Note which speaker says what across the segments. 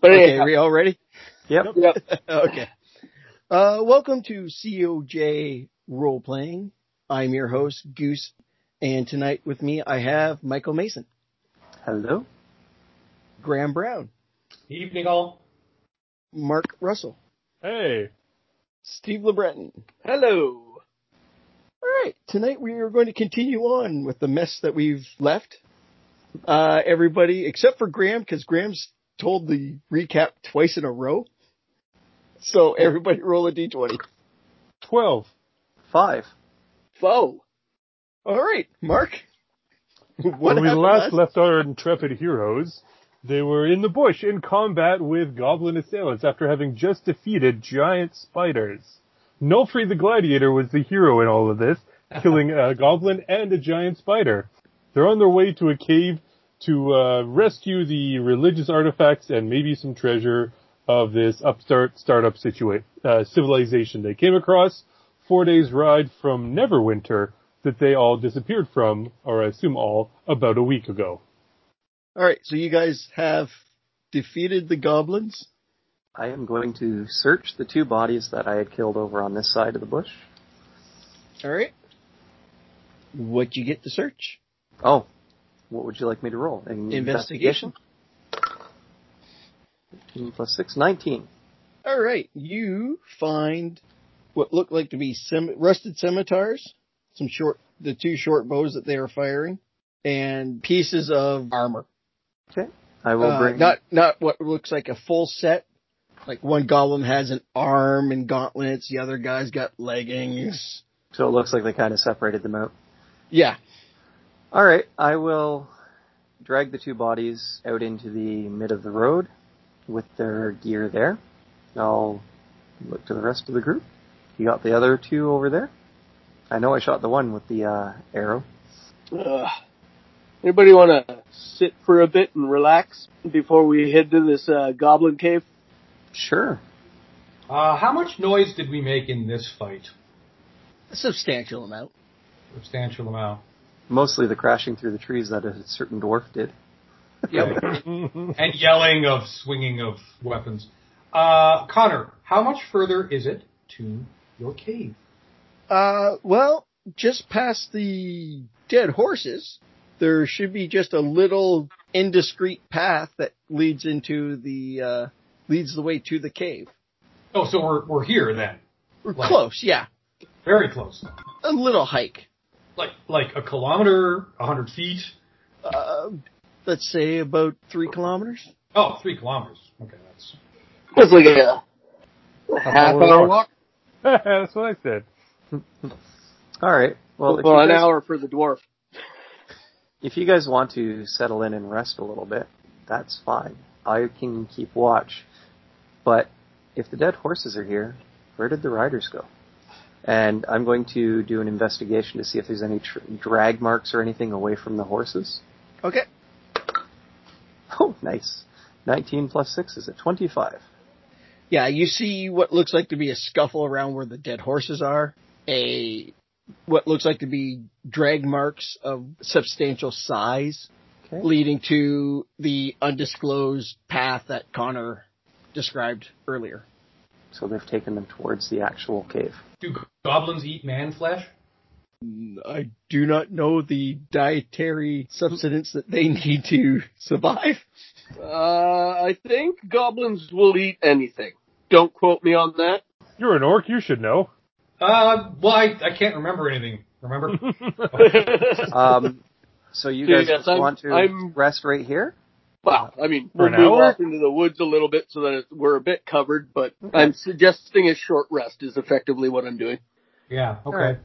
Speaker 1: But
Speaker 2: Okay,
Speaker 1: anyhow,
Speaker 2: are we all ready?
Speaker 3: Yep.
Speaker 1: yep.
Speaker 2: okay. Uh, welcome to COJ Role Playing. I'm your host, Goose, and tonight with me I have Michael Mason,
Speaker 3: Hello.
Speaker 2: Graham Brown,
Speaker 4: Evening all.
Speaker 2: Mark Russell,
Speaker 4: Hey.
Speaker 2: Steve LeBreton.
Speaker 1: Hello.
Speaker 2: All right, tonight we are going to continue on with the mess that we've left. Uh, everybody, except for Graham, because Graham's told the recap twice in a row. So everybody roll a d20.
Speaker 4: Twelve.
Speaker 3: Five.
Speaker 1: Foe.
Speaker 2: All right, Mark. What
Speaker 4: when we
Speaker 2: happened
Speaker 4: last left our intrepid heroes, they were in the bush in combat with goblin assailants after having just defeated giant spiders. Nulfree the Gladiator was the hero in all of this, killing a goblin and a giant spider. They're on their way to a cave to uh, rescue the religious artifacts and maybe some treasure of this upstart startup situa- uh, civilization they came across four days ride from Neverwinter that they all disappeared from, or I assume all, about a week ago.
Speaker 2: All right, so you guys have defeated the goblins.
Speaker 3: I am going to search the two bodies that I had killed over on this side of the bush.
Speaker 2: All right. What'd you get to search?
Speaker 3: Oh, what would you like me to roll? An
Speaker 2: Investigation.
Speaker 3: investigation? Plus six, nineteen.
Speaker 2: All right, you find what looked like to be scim- rusted scimitars, some short, the two short bows that they were firing, and pieces of armor.
Speaker 3: I will
Speaker 2: Uh,
Speaker 3: bring.
Speaker 2: not not what looks like a full set. Like one goblin has an arm and gauntlets, the other guy's got leggings.
Speaker 3: so it looks like they kind of separated them out.
Speaker 2: Yeah,
Speaker 3: All right, I will drag the two bodies out into the mid of the road with their gear there. I'll look to the rest of the group. You got the other two over there. I know I shot the one with the uh, arrow.
Speaker 1: Ugh. Anybody want to sit for a bit and relax before we head to this uh, goblin cave?
Speaker 3: Sure.
Speaker 5: Uh, how much noise did we make in this fight?
Speaker 2: a substantial amount.
Speaker 5: Substantial amount.
Speaker 3: Mostly the crashing through the trees that a certain dwarf did.
Speaker 5: Yep. and yelling of swinging of weapons. Uh, Connor, how much further is it to your cave?
Speaker 2: Uh, well, just past the dead horses, there should be just a little indiscreet path that leads into the uh, leads the way to the cave.
Speaker 5: Oh, so we're, we're here then.
Speaker 2: We're
Speaker 5: Like-
Speaker 2: close, yeah,
Speaker 5: Very close.
Speaker 2: a little hike.
Speaker 5: Like, like a kilometer, a hundred feet.
Speaker 2: Uh, let's say about three kilometers.
Speaker 5: Oh, three kilometers. Okay, that's.
Speaker 1: That's like a half
Speaker 5: hour
Speaker 1: hour
Speaker 5: walk.
Speaker 1: walk.
Speaker 4: That's what I said.
Speaker 3: All right. Well, if,
Speaker 1: Well,
Speaker 3: you
Speaker 1: an
Speaker 3: guys,
Speaker 1: hour for the dwarf.
Speaker 3: if you guys want to settle in and rest a little bit, that's fine. I can keep watch. But if the dead horses are here, where did the riders go? And I'm going to do an investigation to see if there's any tr- drag marks or anything away from the horses.
Speaker 2: Okay,
Speaker 3: Oh, nice. 19 plus 6 is a 25.
Speaker 2: yeah, you see what looks like to be a scuffle around where the dead horses are. A what looks like to be drag marks of substantial size.
Speaker 3: Okay.
Speaker 2: leading to the undisclosed path that Connor described earlier.
Speaker 3: So they've taken them towards the actual cave.
Speaker 5: Do goblins eat man flesh?
Speaker 2: I do not know the dietary substance that they need to survive.
Speaker 1: Uh, I think goblins will eat anything. Don't quote me on that.
Speaker 4: You're an orc, you should know.
Speaker 5: Uh, well, I, I can't remember anything. Remember?
Speaker 3: Um, so you
Speaker 1: Yeah,
Speaker 3: guys
Speaker 1: yes, I'm-
Speaker 3: want to
Speaker 1: I'm-
Speaker 3: rest right here?
Speaker 1: Well, I mean,
Speaker 4: For
Speaker 1: we'll
Speaker 4: an
Speaker 1: move
Speaker 4: hour?
Speaker 1: off into the woods a little bit so that it- we're a bit covered, but I'm suggesting a short rest is effectively what I'm doing.
Speaker 5: yeah, okay.
Speaker 3: right.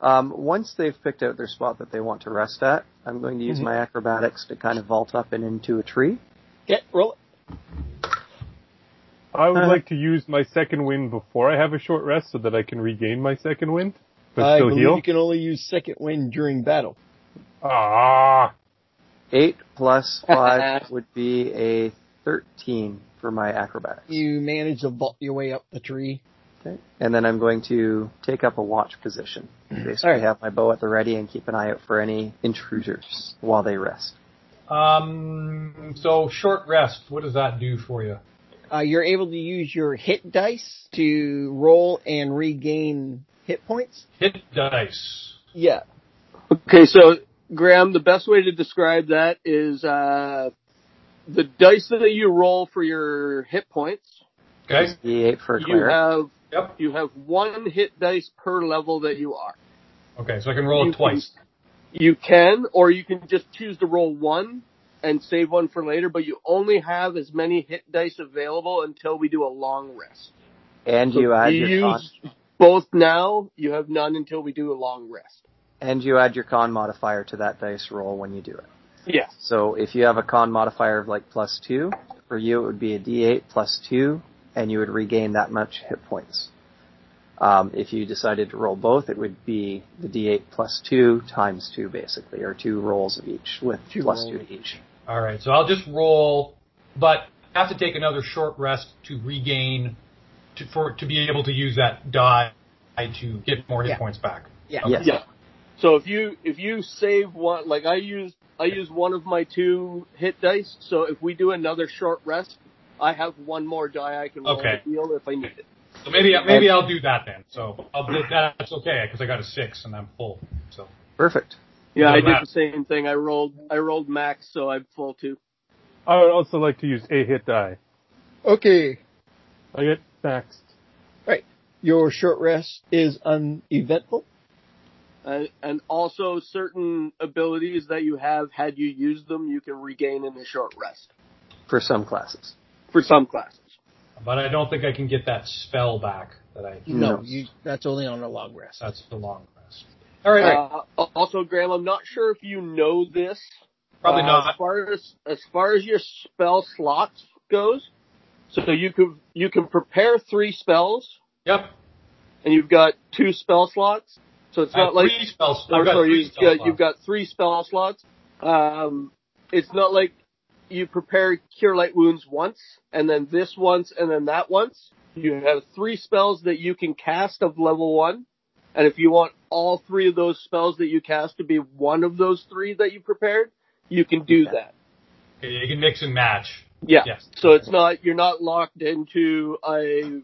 Speaker 3: Um, once they've picked out their spot that they want to rest at, I'm going to use my acrobatics to kind of vault up and into a tree.
Speaker 2: Yeah, roll
Speaker 4: I would
Speaker 2: Uh-huh.
Speaker 3: Uh.
Speaker 4: like to use my second wind before I have a short rest so that I can regain my second wind,
Speaker 2: it.
Speaker 4: but
Speaker 2: I
Speaker 4: still
Speaker 2: believe
Speaker 4: heal.
Speaker 2: you can only use second wind during battle.
Speaker 4: Ah,
Speaker 3: Eight plus five would be a thirteen for my acrobatics.
Speaker 2: You manage to vault your way up the tree.
Speaker 3: Okay. And then I'm going to take up a watch position. Basically,
Speaker 2: All right.
Speaker 3: have my bow at the ready and keep an eye out for any intruders while they rest.
Speaker 5: Um, so short rest. What does that do for you?
Speaker 2: Uh, you're able to use your hit dice to roll and regain hit points.
Speaker 5: Hit dice.
Speaker 2: Yeah.
Speaker 1: Okay, so Graham, the best way to describe that is uh, the dice that you roll for your hit points.
Speaker 5: Okay.
Speaker 3: D8 for a
Speaker 1: You
Speaker 3: cleric.
Speaker 1: have
Speaker 5: Yep.
Speaker 1: you have one hit dice per level that you are.
Speaker 5: Okay. So I can roll
Speaker 1: You
Speaker 5: it twice.
Speaker 1: You can, or you can just choose to roll one and save one for later, but you only have as many hit dice available until we do a long rest.
Speaker 3: and you add
Speaker 1: you
Speaker 3: your con,
Speaker 1: use both now, you have none until we do a long rest.
Speaker 3: and you add your con modifier to that dice roll when you do it.
Speaker 1: Yes.
Speaker 3: So if you have a con modifier of like plus two, for you it would be a d8 plus two, and you would regain that much hit points. Um, if you decided to roll both, it would be the d8 plus two times two, basically, or two rolls of each with
Speaker 2: Two
Speaker 3: plus
Speaker 2: rolls.
Speaker 3: two to each.
Speaker 5: All right. So I'll just roll, but I have to take another short rest to regain, to, for to be able to use that die to get more hit
Speaker 2: Yeah.
Speaker 5: points back.
Speaker 2: Yeah.
Speaker 5: Okay.
Speaker 3: Yes.
Speaker 1: Yeah. So if you if you save one, like I used I used one of my two hit dice. So if we do another short rest, I have one more die I can roll
Speaker 5: Okay.
Speaker 1: to heal if I need it.
Speaker 5: So maybe maybe I'll do that then. So I'll do that. That's okay because I got a six and I'm full. So
Speaker 3: Perfect.
Speaker 1: Yeah, I
Speaker 5: Yeah,
Speaker 1: did
Speaker 5: that-
Speaker 1: the same thing. I rolled I rolled max, so I'm full too.
Speaker 4: I would also like to use a hit die.
Speaker 2: Okay.
Speaker 4: I get maxed.
Speaker 2: Your short rest is uneventful.
Speaker 1: Uh, and also, certain abilities that you have, had you used them, you can regain in a short rest
Speaker 3: For some classes.
Speaker 1: for some classes.
Speaker 5: But I don't think I can get that spell back that I.
Speaker 1: Hmm.
Speaker 3: No.
Speaker 2: you, that's only on a long rest.
Speaker 5: That's the long rest. All right, all right.
Speaker 1: Uh, also, Graham, I'm not sure if you know this.
Speaker 5: probably
Speaker 1: Uh, As
Speaker 5: not.
Speaker 1: far as as far as your spell slots goes, so you can you can prepare three spells,
Speaker 5: Yep.
Speaker 1: and you've got two spell slots. So it's
Speaker 5: I have
Speaker 1: not like
Speaker 5: Uh, three spells.
Speaker 1: or
Speaker 5: I've Oh, got
Speaker 1: sorry,
Speaker 5: three
Speaker 1: you've
Speaker 5: spell
Speaker 1: got, you've got three spell slots. Um, it's not like you prepare cure light wounds once, and then this once, and then that once. You have three spells that you can cast of level one, and if you want all three of those spells that you cast to be one of those three that you prepared, you can do
Speaker 3: Okay.
Speaker 1: that.
Speaker 5: slots. Okay, you can mix and match.
Speaker 1: Yeah.
Speaker 5: Yes.
Speaker 1: So it's not you're not locked into I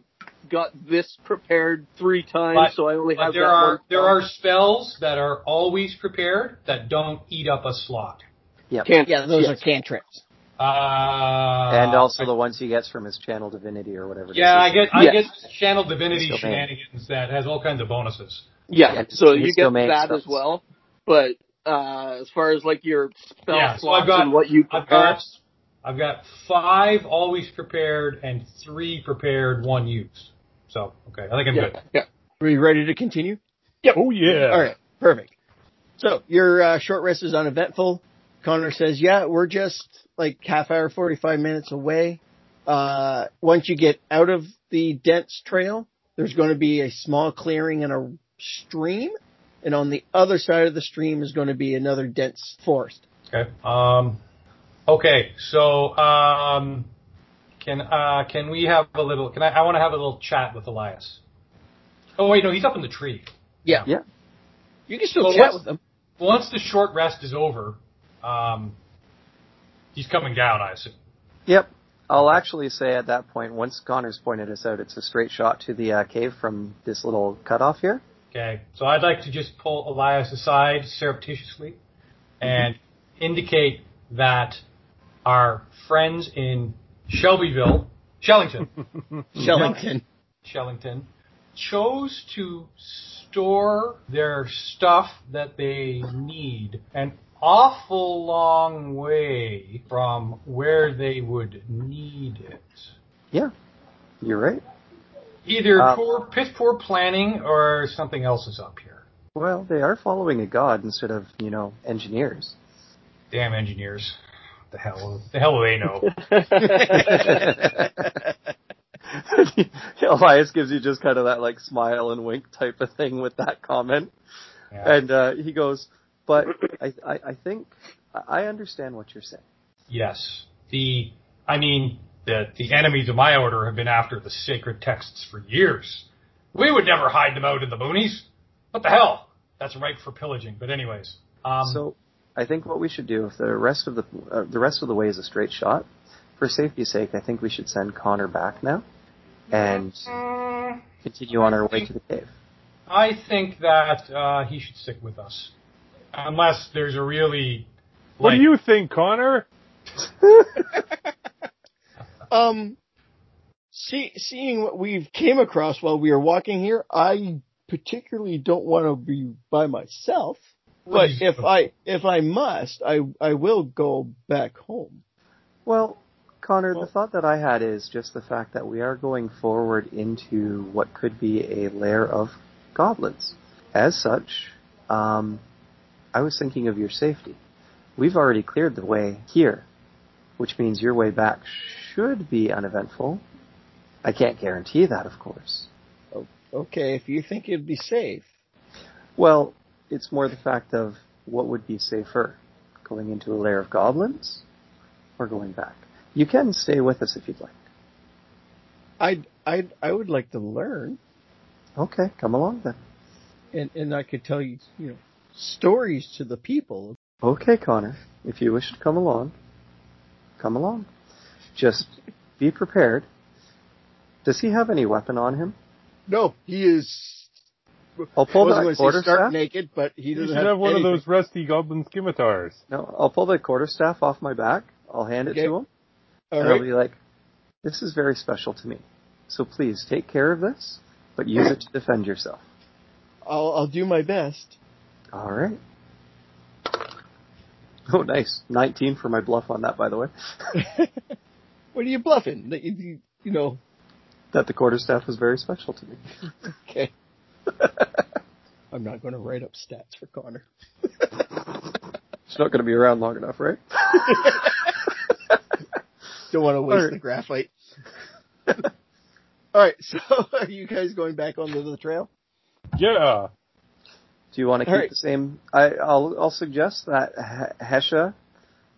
Speaker 1: got this prepared three times,
Speaker 5: But-
Speaker 1: so I only
Speaker 5: But
Speaker 1: have
Speaker 5: there
Speaker 1: that one.
Speaker 5: are there are spells that are always prepared that don't eat up a slot.
Speaker 3: Yep.
Speaker 1: Can't-
Speaker 2: Yeah, those
Speaker 1: yes.
Speaker 2: are cantrips.
Speaker 5: Uh,
Speaker 3: and also
Speaker 5: I-
Speaker 3: the ones he gets from his channel divinity or whatever. it
Speaker 5: yeah, I
Speaker 3: is.
Speaker 5: get I
Speaker 1: Yes.
Speaker 5: get channel divinity
Speaker 3: Still banned.
Speaker 5: shenanigans that has all kinds of bonuses.
Speaker 1: Yeah,
Speaker 3: Yeah,
Speaker 1: so
Speaker 3: it's
Speaker 1: you get
Speaker 3: domain
Speaker 1: that
Speaker 3: stuff.
Speaker 1: as well. But uh, as far as like your spell
Speaker 5: Yeah, so
Speaker 1: slots
Speaker 5: I've got-
Speaker 1: and what you
Speaker 5: I've
Speaker 1: prepare,
Speaker 5: got I've got five always prepared and three prepared, one used. So okay, I think I'm
Speaker 1: yeah,
Speaker 5: good.
Speaker 1: yeah.
Speaker 2: Are you ready to continue?
Speaker 4: Oh yeah.
Speaker 2: All right, perfect. So your uh, short rest is uneventful. Connor says, "Yeah, we're just like half hour, forty five minutes away. Uh, once you get out of the dense trail, there's going to be a small clearing and a stream, and on the other side of the stream is going to be another dense forest.
Speaker 5: Okay. Um, okay. So um, can uh, can we have a little? Can I? I want to have a little chat with Elias. Oh wait, no, he's up in the tree.
Speaker 2: Yeah,
Speaker 3: Yeah.
Speaker 2: you can still
Speaker 5: Well,
Speaker 2: chat
Speaker 5: let's-
Speaker 2: with them.
Speaker 5: Once the short rest is over, um, he's coming down. I assume.
Speaker 3: Yep. I'll actually say at that point, once Connor's pointed us out, it's a straight shot to the uh, cave from this little cutoff here.
Speaker 5: Okay. So I'd like to just pull Elias aside surreptitiously and indicate that our friends in Shelbyville, Shellington,
Speaker 2: Shellington.
Speaker 5: Shellington, chose to store their stuff that they need an awful long way from where they would need it.
Speaker 3: Yeah. You're right.
Speaker 5: Either
Speaker 3: Uh,
Speaker 5: poor, piss poor planning or something else is up here.
Speaker 3: Well, they are following a god instead of, you know, engineers.
Speaker 5: Damn engineers. The hell, the hell they know.
Speaker 3: Elias gives you just kind of that like smile and wink type of thing with that comment.
Speaker 5: Yeah.
Speaker 3: And uh, he goes, but I, I, I think I I understand what you're saying.
Speaker 5: Yes. The, I mean, the, the enemies of my order have been after the sacred texts for years. We would never hide them out in the boonies. What the hell? That's ripe for pillaging. But anyways, um,
Speaker 3: So I think what we should do if the rest of the uh, the rest of the way is a straight shot, for safety's sake, I think we should send Connor back now, and
Speaker 5: Mm,
Speaker 3: continue on our way to the cave.
Speaker 5: I think that uh, he should stick with us, unless there's a really.
Speaker 4: What
Speaker 5: like,
Speaker 4: do you think, Connor?
Speaker 2: Um, see, seeing what we've came across while we were walking here, I particularly don't want to be by myself. But if I if I must, I I will go back home.
Speaker 3: Well, Connor,
Speaker 2: Well-
Speaker 3: the thought that I had is just the fact that we are going forward into what could be a lair of goblins. As such, um, I was thinking of your safety. We've already cleared the way here, which means your way back should be uneventful. I can't guarantee that, of course.
Speaker 2: Okay, if you think it'd be safe.
Speaker 3: Well, it's more the fact of what would be safer, going into a lair of goblins or going back. You can stay with us if you'd like.
Speaker 2: I'd I'd I would like to learn,
Speaker 3: Okay, come along then.
Speaker 2: and and I could tell you you know stories to the people.
Speaker 3: Okay, Connor. If you wish to come along, come along. Just be prepared. Does he have any weapon on him?
Speaker 2: No, he is.
Speaker 3: I'll pull
Speaker 2: I
Speaker 3: that
Speaker 2: was going to say start
Speaker 3: quarterstaff.
Speaker 2: naked, but he
Speaker 4: You
Speaker 2: doesn't
Speaker 4: should
Speaker 2: have,
Speaker 4: have one of
Speaker 2: anything.
Speaker 4: those rusty goblin scimitars.
Speaker 3: No, I'll pull the quarterstaff off my back. I'll hand it
Speaker 2: Okay.
Speaker 3: to him,
Speaker 2: All
Speaker 3: and
Speaker 2: right.
Speaker 3: I'll be like, "This is very special to me. So please take care of this, but use it to defend yourself."
Speaker 2: I'll I'll do my best.
Speaker 3: All right. Oh, nice. 19 for my bluff on that, by the way.
Speaker 2: What are you bluffing? That you, you, you know.
Speaker 3: that the quarterstaff was very special to me.
Speaker 2: Okay. I'm not going to write up stats for Connor.
Speaker 3: It's not going to be around long enough, right?
Speaker 2: Don't want to waste
Speaker 3: Alright.
Speaker 2: the graphite. All right, so are you guys going back onto the trail?
Speaker 4: Yeah.
Speaker 3: Do you want to keep
Speaker 2: All right.
Speaker 3: the same? I, I'll, I'll suggest that H- Hesha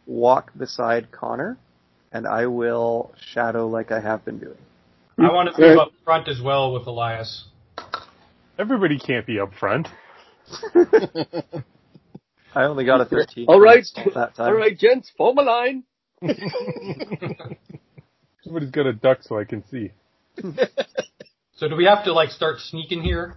Speaker 3: walk beside Connor, and I will shadow like I have been doing.
Speaker 5: I want to be up front as well with Elias.
Speaker 4: Everybody can't be up front.
Speaker 3: I only got a 13.
Speaker 1: All right.
Speaker 3: That time.
Speaker 1: All right, gents, form a line.
Speaker 4: Somebody's got a duck so I can see.
Speaker 5: So do we have to like start sneaking here?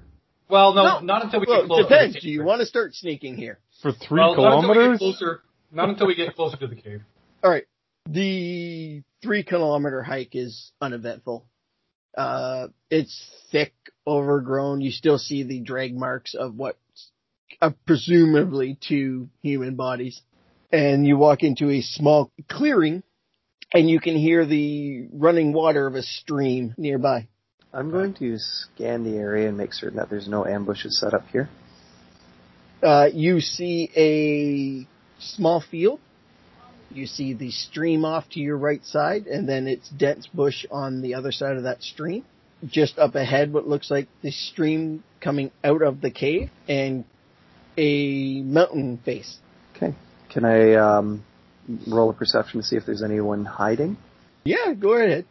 Speaker 5: Well, no,
Speaker 2: No.
Speaker 5: not until we
Speaker 2: Well,
Speaker 5: get
Speaker 2: it
Speaker 5: closer.
Speaker 2: depends.
Speaker 5: To the
Speaker 2: Do you
Speaker 5: cave.
Speaker 2: want to start sneaking here?
Speaker 4: For three
Speaker 5: well, Not until, we get
Speaker 4: kilometers?
Speaker 5: closer, not until we get closer to the cave.
Speaker 2: All right. The three kilometer hike is uneventful. Uh, it's thick, overgrown. You still see the drag marks of what uh, presumably two human bodies. And you walk into a small clearing and you can hear the running water of a stream nearby.
Speaker 3: I'm going to scan the area and make certain that there's no ambushes set up here.
Speaker 2: Uh, you see a small field. You see the stream off to your right side, and then it's dense bush on the other side of that stream. Just up ahead, what looks like the stream coming out of the cave, and a mountain face.
Speaker 3: Okay. Can I um, roll a perception to see if there's anyone hiding?
Speaker 2: Yeah, go ahead.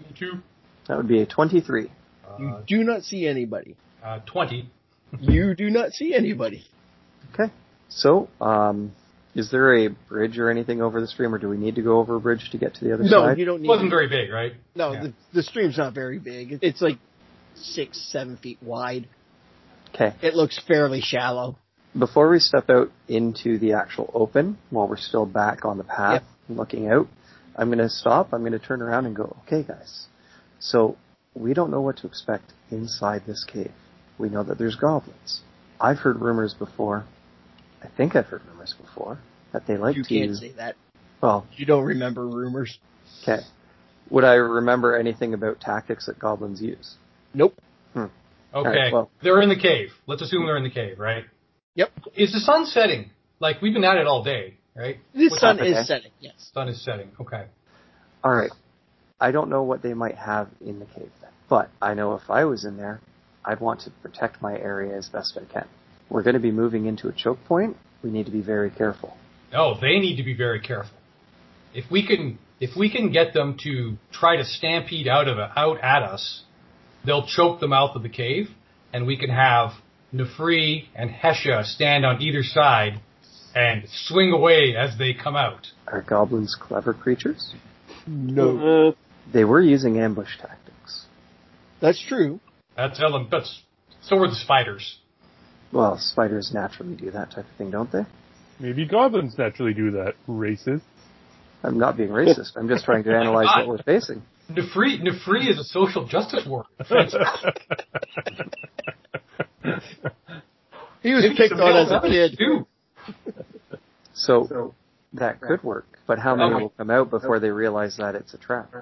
Speaker 5: Me too.
Speaker 3: That would be a 23.
Speaker 2: You
Speaker 5: Uh,
Speaker 2: do not see anybody.
Speaker 5: uh, Twenty.
Speaker 2: You do not see anybody.
Speaker 3: Okay. So, um, is there a bridge or anything over the stream, or do we need to go over a bridge to get to the other
Speaker 2: No,
Speaker 3: side?
Speaker 2: you don't
Speaker 5: It
Speaker 2: need.
Speaker 5: wasn't very big, right?
Speaker 2: no,
Speaker 5: yeah.
Speaker 2: the, the stream's not very big. It's like six, seven feet wide.
Speaker 3: Okay.
Speaker 2: It looks fairly shallow.
Speaker 3: Before we step out into the actual open, while we're still back on the path looking out, I'm going to stop. I'm going to turn around and go, okay, guys. So, we don't know what to expect inside this cave. We know that there's goblins. I've heard rumors before. I think I've heard rumors before that they like
Speaker 2: You
Speaker 3: to.
Speaker 2: can't say that.
Speaker 3: well,
Speaker 2: You don't remember rumors.
Speaker 3: Okay. Would I remember anything about tactics that goblins use?
Speaker 2: Nope.
Speaker 5: Okay.
Speaker 3: right, well-
Speaker 5: They're in the cave. Let's assume they're in the cave, right?
Speaker 2: Yep.
Speaker 5: Is the sun setting? Like we've been at it all day, right?
Speaker 2: The
Speaker 5: What's
Speaker 2: sun
Speaker 3: up, okay?
Speaker 2: is setting. Yes.
Speaker 5: Sun is setting. Okay.
Speaker 3: All right. I don't know what they might have in the cave then, but I know if I was in there, I'd want to protect my area as best I can. We're going to be moving into a choke point. We need to be very careful.
Speaker 5: No, they need to be very careful. If we can, if we can get them to try to stampede out of out at us, they'll choke the mouth of the cave, and we can have Nefri and Hesha stand on either side and swing away as they come out.
Speaker 3: Are goblins clever creatures?
Speaker 2: No,
Speaker 1: Uh,
Speaker 3: They were using ambush tactics.
Speaker 2: that's true.
Speaker 5: That's Ellen. That's so were the spiders.
Speaker 3: Well, spiders naturally do that type of thing, don't they?
Speaker 4: Maybe goblins naturally do that. Racist.
Speaker 3: I'm not being racist. I'm just trying to analyze what we're facing.
Speaker 5: Nefri Nefri is a social justice warrior.
Speaker 2: He was picked on as a kid.
Speaker 5: Dude,
Speaker 3: So that could work. But how many
Speaker 5: Okay.
Speaker 3: will come out before they realize that it's a trap?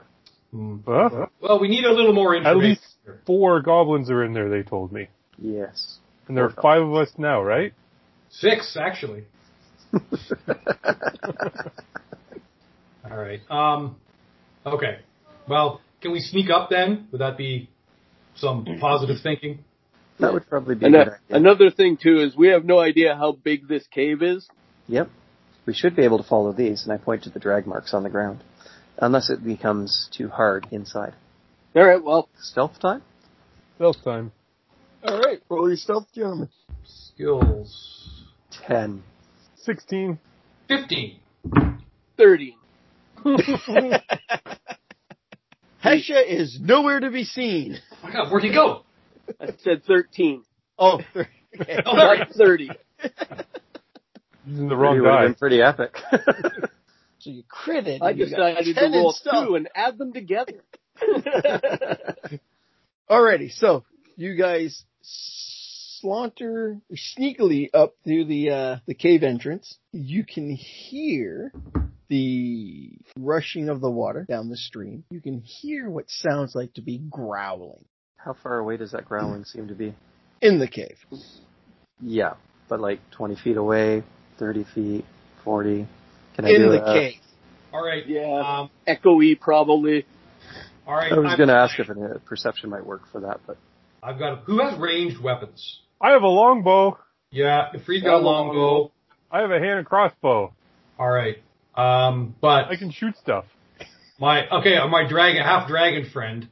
Speaker 4: Well,
Speaker 5: well, we need a little more
Speaker 4: at
Speaker 5: information.
Speaker 4: least
Speaker 5: here.
Speaker 4: four goblins are in there. They told me,
Speaker 3: Yes.
Speaker 4: and there are five of us now, right?
Speaker 5: Six, actually. All right. Um, okay. Well, can we sneak up then? Would that be some positive thinking?
Speaker 3: That would probably be a
Speaker 1: and
Speaker 3: good
Speaker 1: that-
Speaker 3: idea.
Speaker 1: another thing too is we have no idea how big this cave is.
Speaker 3: Yep. We should be able to follow these, and I point to the drag marks on the ground. Unless it becomes too hard inside.
Speaker 1: All right, well,
Speaker 3: Stealth time?
Speaker 4: Stealth time.
Speaker 2: All right, roll your stealth, gentlemen.
Speaker 5: Skills.
Speaker 3: Ten.
Speaker 4: Sixteen.
Speaker 5: 15.
Speaker 1: thirty.
Speaker 2: Hesha is nowhere to be seen.
Speaker 5: Oh my god, where'd he go?
Speaker 1: I said thirteen,
Speaker 2: Oh, okay.
Speaker 5: Oh, there he
Speaker 1: not
Speaker 5: is.
Speaker 1: thirty.
Speaker 4: Using the
Speaker 3: It
Speaker 4: wrong
Speaker 3: would have been
Speaker 4: die.
Speaker 3: pretty epic.
Speaker 2: so you critted.
Speaker 1: I
Speaker 2: and you got 10
Speaker 1: decided to
Speaker 2: in
Speaker 1: roll
Speaker 2: stealth.
Speaker 1: two and add them together.
Speaker 2: Alrighty, so you guys slaunter sneakily up through the uh, the cave entrance. You can hear the rushing of the water down the stream. You can hear what sounds like to be growling
Speaker 3: how far away does that growling seem to be?
Speaker 2: in the cave.
Speaker 3: Yeah, but like 20 feet away, 30 feet, 40. Can uh, I
Speaker 2: In
Speaker 3: do
Speaker 2: the
Speaker 3: a-
Speaker 2: cave.
Speaker 5: All right.
Speaker 1: Yeah,
Speaker 5: Um,
Speaker 1: echoey probably.
Speaker 5: all right.
Speaker 3: I was
Speaker 5: I've-
Speaker 3: going to ask if a perception might work for that, but
Speaker 5: I've got. Who has ranged weapons?
Speaker 4: I have a longbow.
Speaker 5: Yeah, Nefri's got a longbow.
Speaker 4: I have a hand and crossbow.
Speaker 5: All right. Um, but
Speaker 4: I can shoot stuff.
Speaker 5: my okay, uh, my dragon half dragon friend,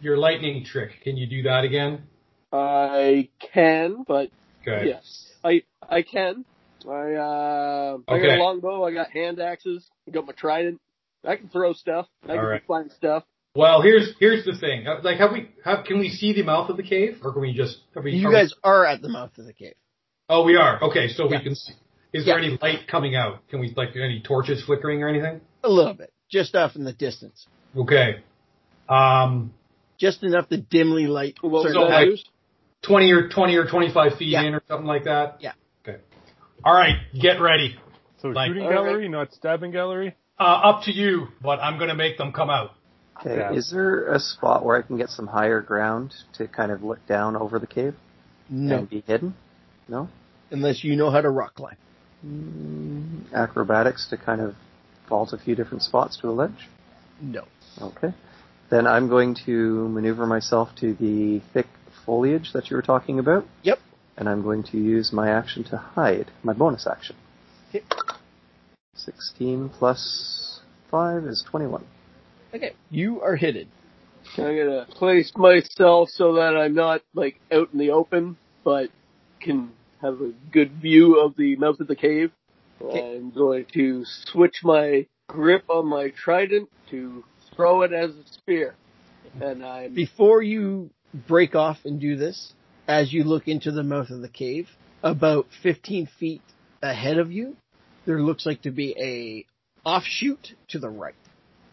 Speaker 5: your lightning trick. Can you do that again?
Speaker 1: I can, but
Speaker 5: Okay.
Speaker 1: yes, I I can. I uh, I got
Speaker 5: Okay.
Speaker 1: a longbow. I got hand axes. I got my trident. I can throw stuff. I
Speaker 5: All
Speaker 1: can
Speaker 5: right.
Speaker 1: find stuff.
Speaker 5: Well, here's here's the thing. Uh, Like, have we have can we see the mouth of the cave, or can we just? Are we, are
Speaker 2: You
Speaker 5: we-
Speaker 2: guys are at the mouth of the cave.
Speaker 5: oh, we are. Okay, so
Speaker 2: Yeah.
Speaker 5: we can. see. Is
Speaker 2: Yeah.
Speaker 5: there any light coming out? Can we like any torches flickering or anything?
Speaker 2: A little bit. Just off in the distance.
Speaker 5: Okay. Um,
Speaker 2: Just enough to dimly light
Speaker 1: What was
Speaker 2: certain
Speaker 5: so
Speaker 1: all
Speaker 5: I-
Speaker 1: loose?
Speaker 5: twenty or twenty or twenty five feet
Speaker 2: Yeah.
Speaker 5: in or something like that.
Speaker 2: Yeah.
Speaker 5: Okay. All right, get ready.
Speaker 4: So
Speaker 5: Like-
Speaker 4: shooting
Speaker 1: All right.
Speaker 4: gallery, not stabbing gallery.
Speaker 5: Uh, up to you, but I'm gonna make them come out.
Speaker 3: okay.
Speaker 4: Yeah.
Speaker 3: Is there a spot where I can get some higher ground to kind of look down over the cave
Speaker 2: No,
Speaker 3: and be hidden? No?
Speaker 2: unless you know how to rock climb.
Speaker 3: Mm, acrobatics to kind of vault a few different spots to a ledge?
Speaker 2: No.
Speaker 3: Okay. Then I'm going to maneuver myself to the thick foliage that you were talking about.
Speaker 2: Yep.
Speaker 3: And I'm going to use my action to hide, my bonus action.
Speaker 2: Okay.
Speaker 3: 16 plus 5 is 21.
Speaker 2: Okay. You are hidden.
Speaker 1: I'm gonna place myself so that I'm not like out in the open, but can have a good view of the mouth of the cave.
Speaker 2: Okay.
Speaker 1: I'm going to switch my grip on my trident to throw it as a spear, and I'm
Speaker 2: before you break off and do this, as you look into the mouth of the cave, about 15 feet ahead of you, there looks like to be a offshoot to the right.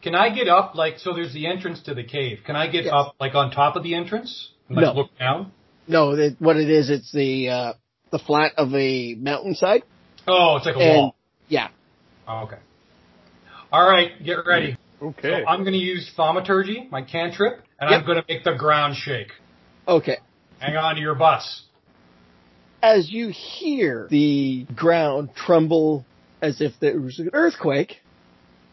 Speaker 5: Can I get up like so? There's the entrance to the cave. Can I get
Speaker 2: Yes.
Speaker 5: up like on top of the entrance? And, like,
Speaker 2: No.
Speaker 5: Look down.
Speaker 2: No, that, what it is, it's the uh, the flat of a mountainside,
Speaker 5: Oh, it's like a
Speaker 2: and
Speaker 5: wall.
Speaker 2: yeah,
Speaker 5: Oh, okay. All right, get ready. So uh,
Speaker 4: Okay.
Speaker 5: I'm going to use thaumaturgy, my cantrip, and
Speaker 2: Yep.
Speaker 5: I'm going to make the ground shake.
Speaker 2: okay.
Speaker 5: Hang on to your bus.
Speaker 2: As you hear the ground tremble as if there was an earthquake,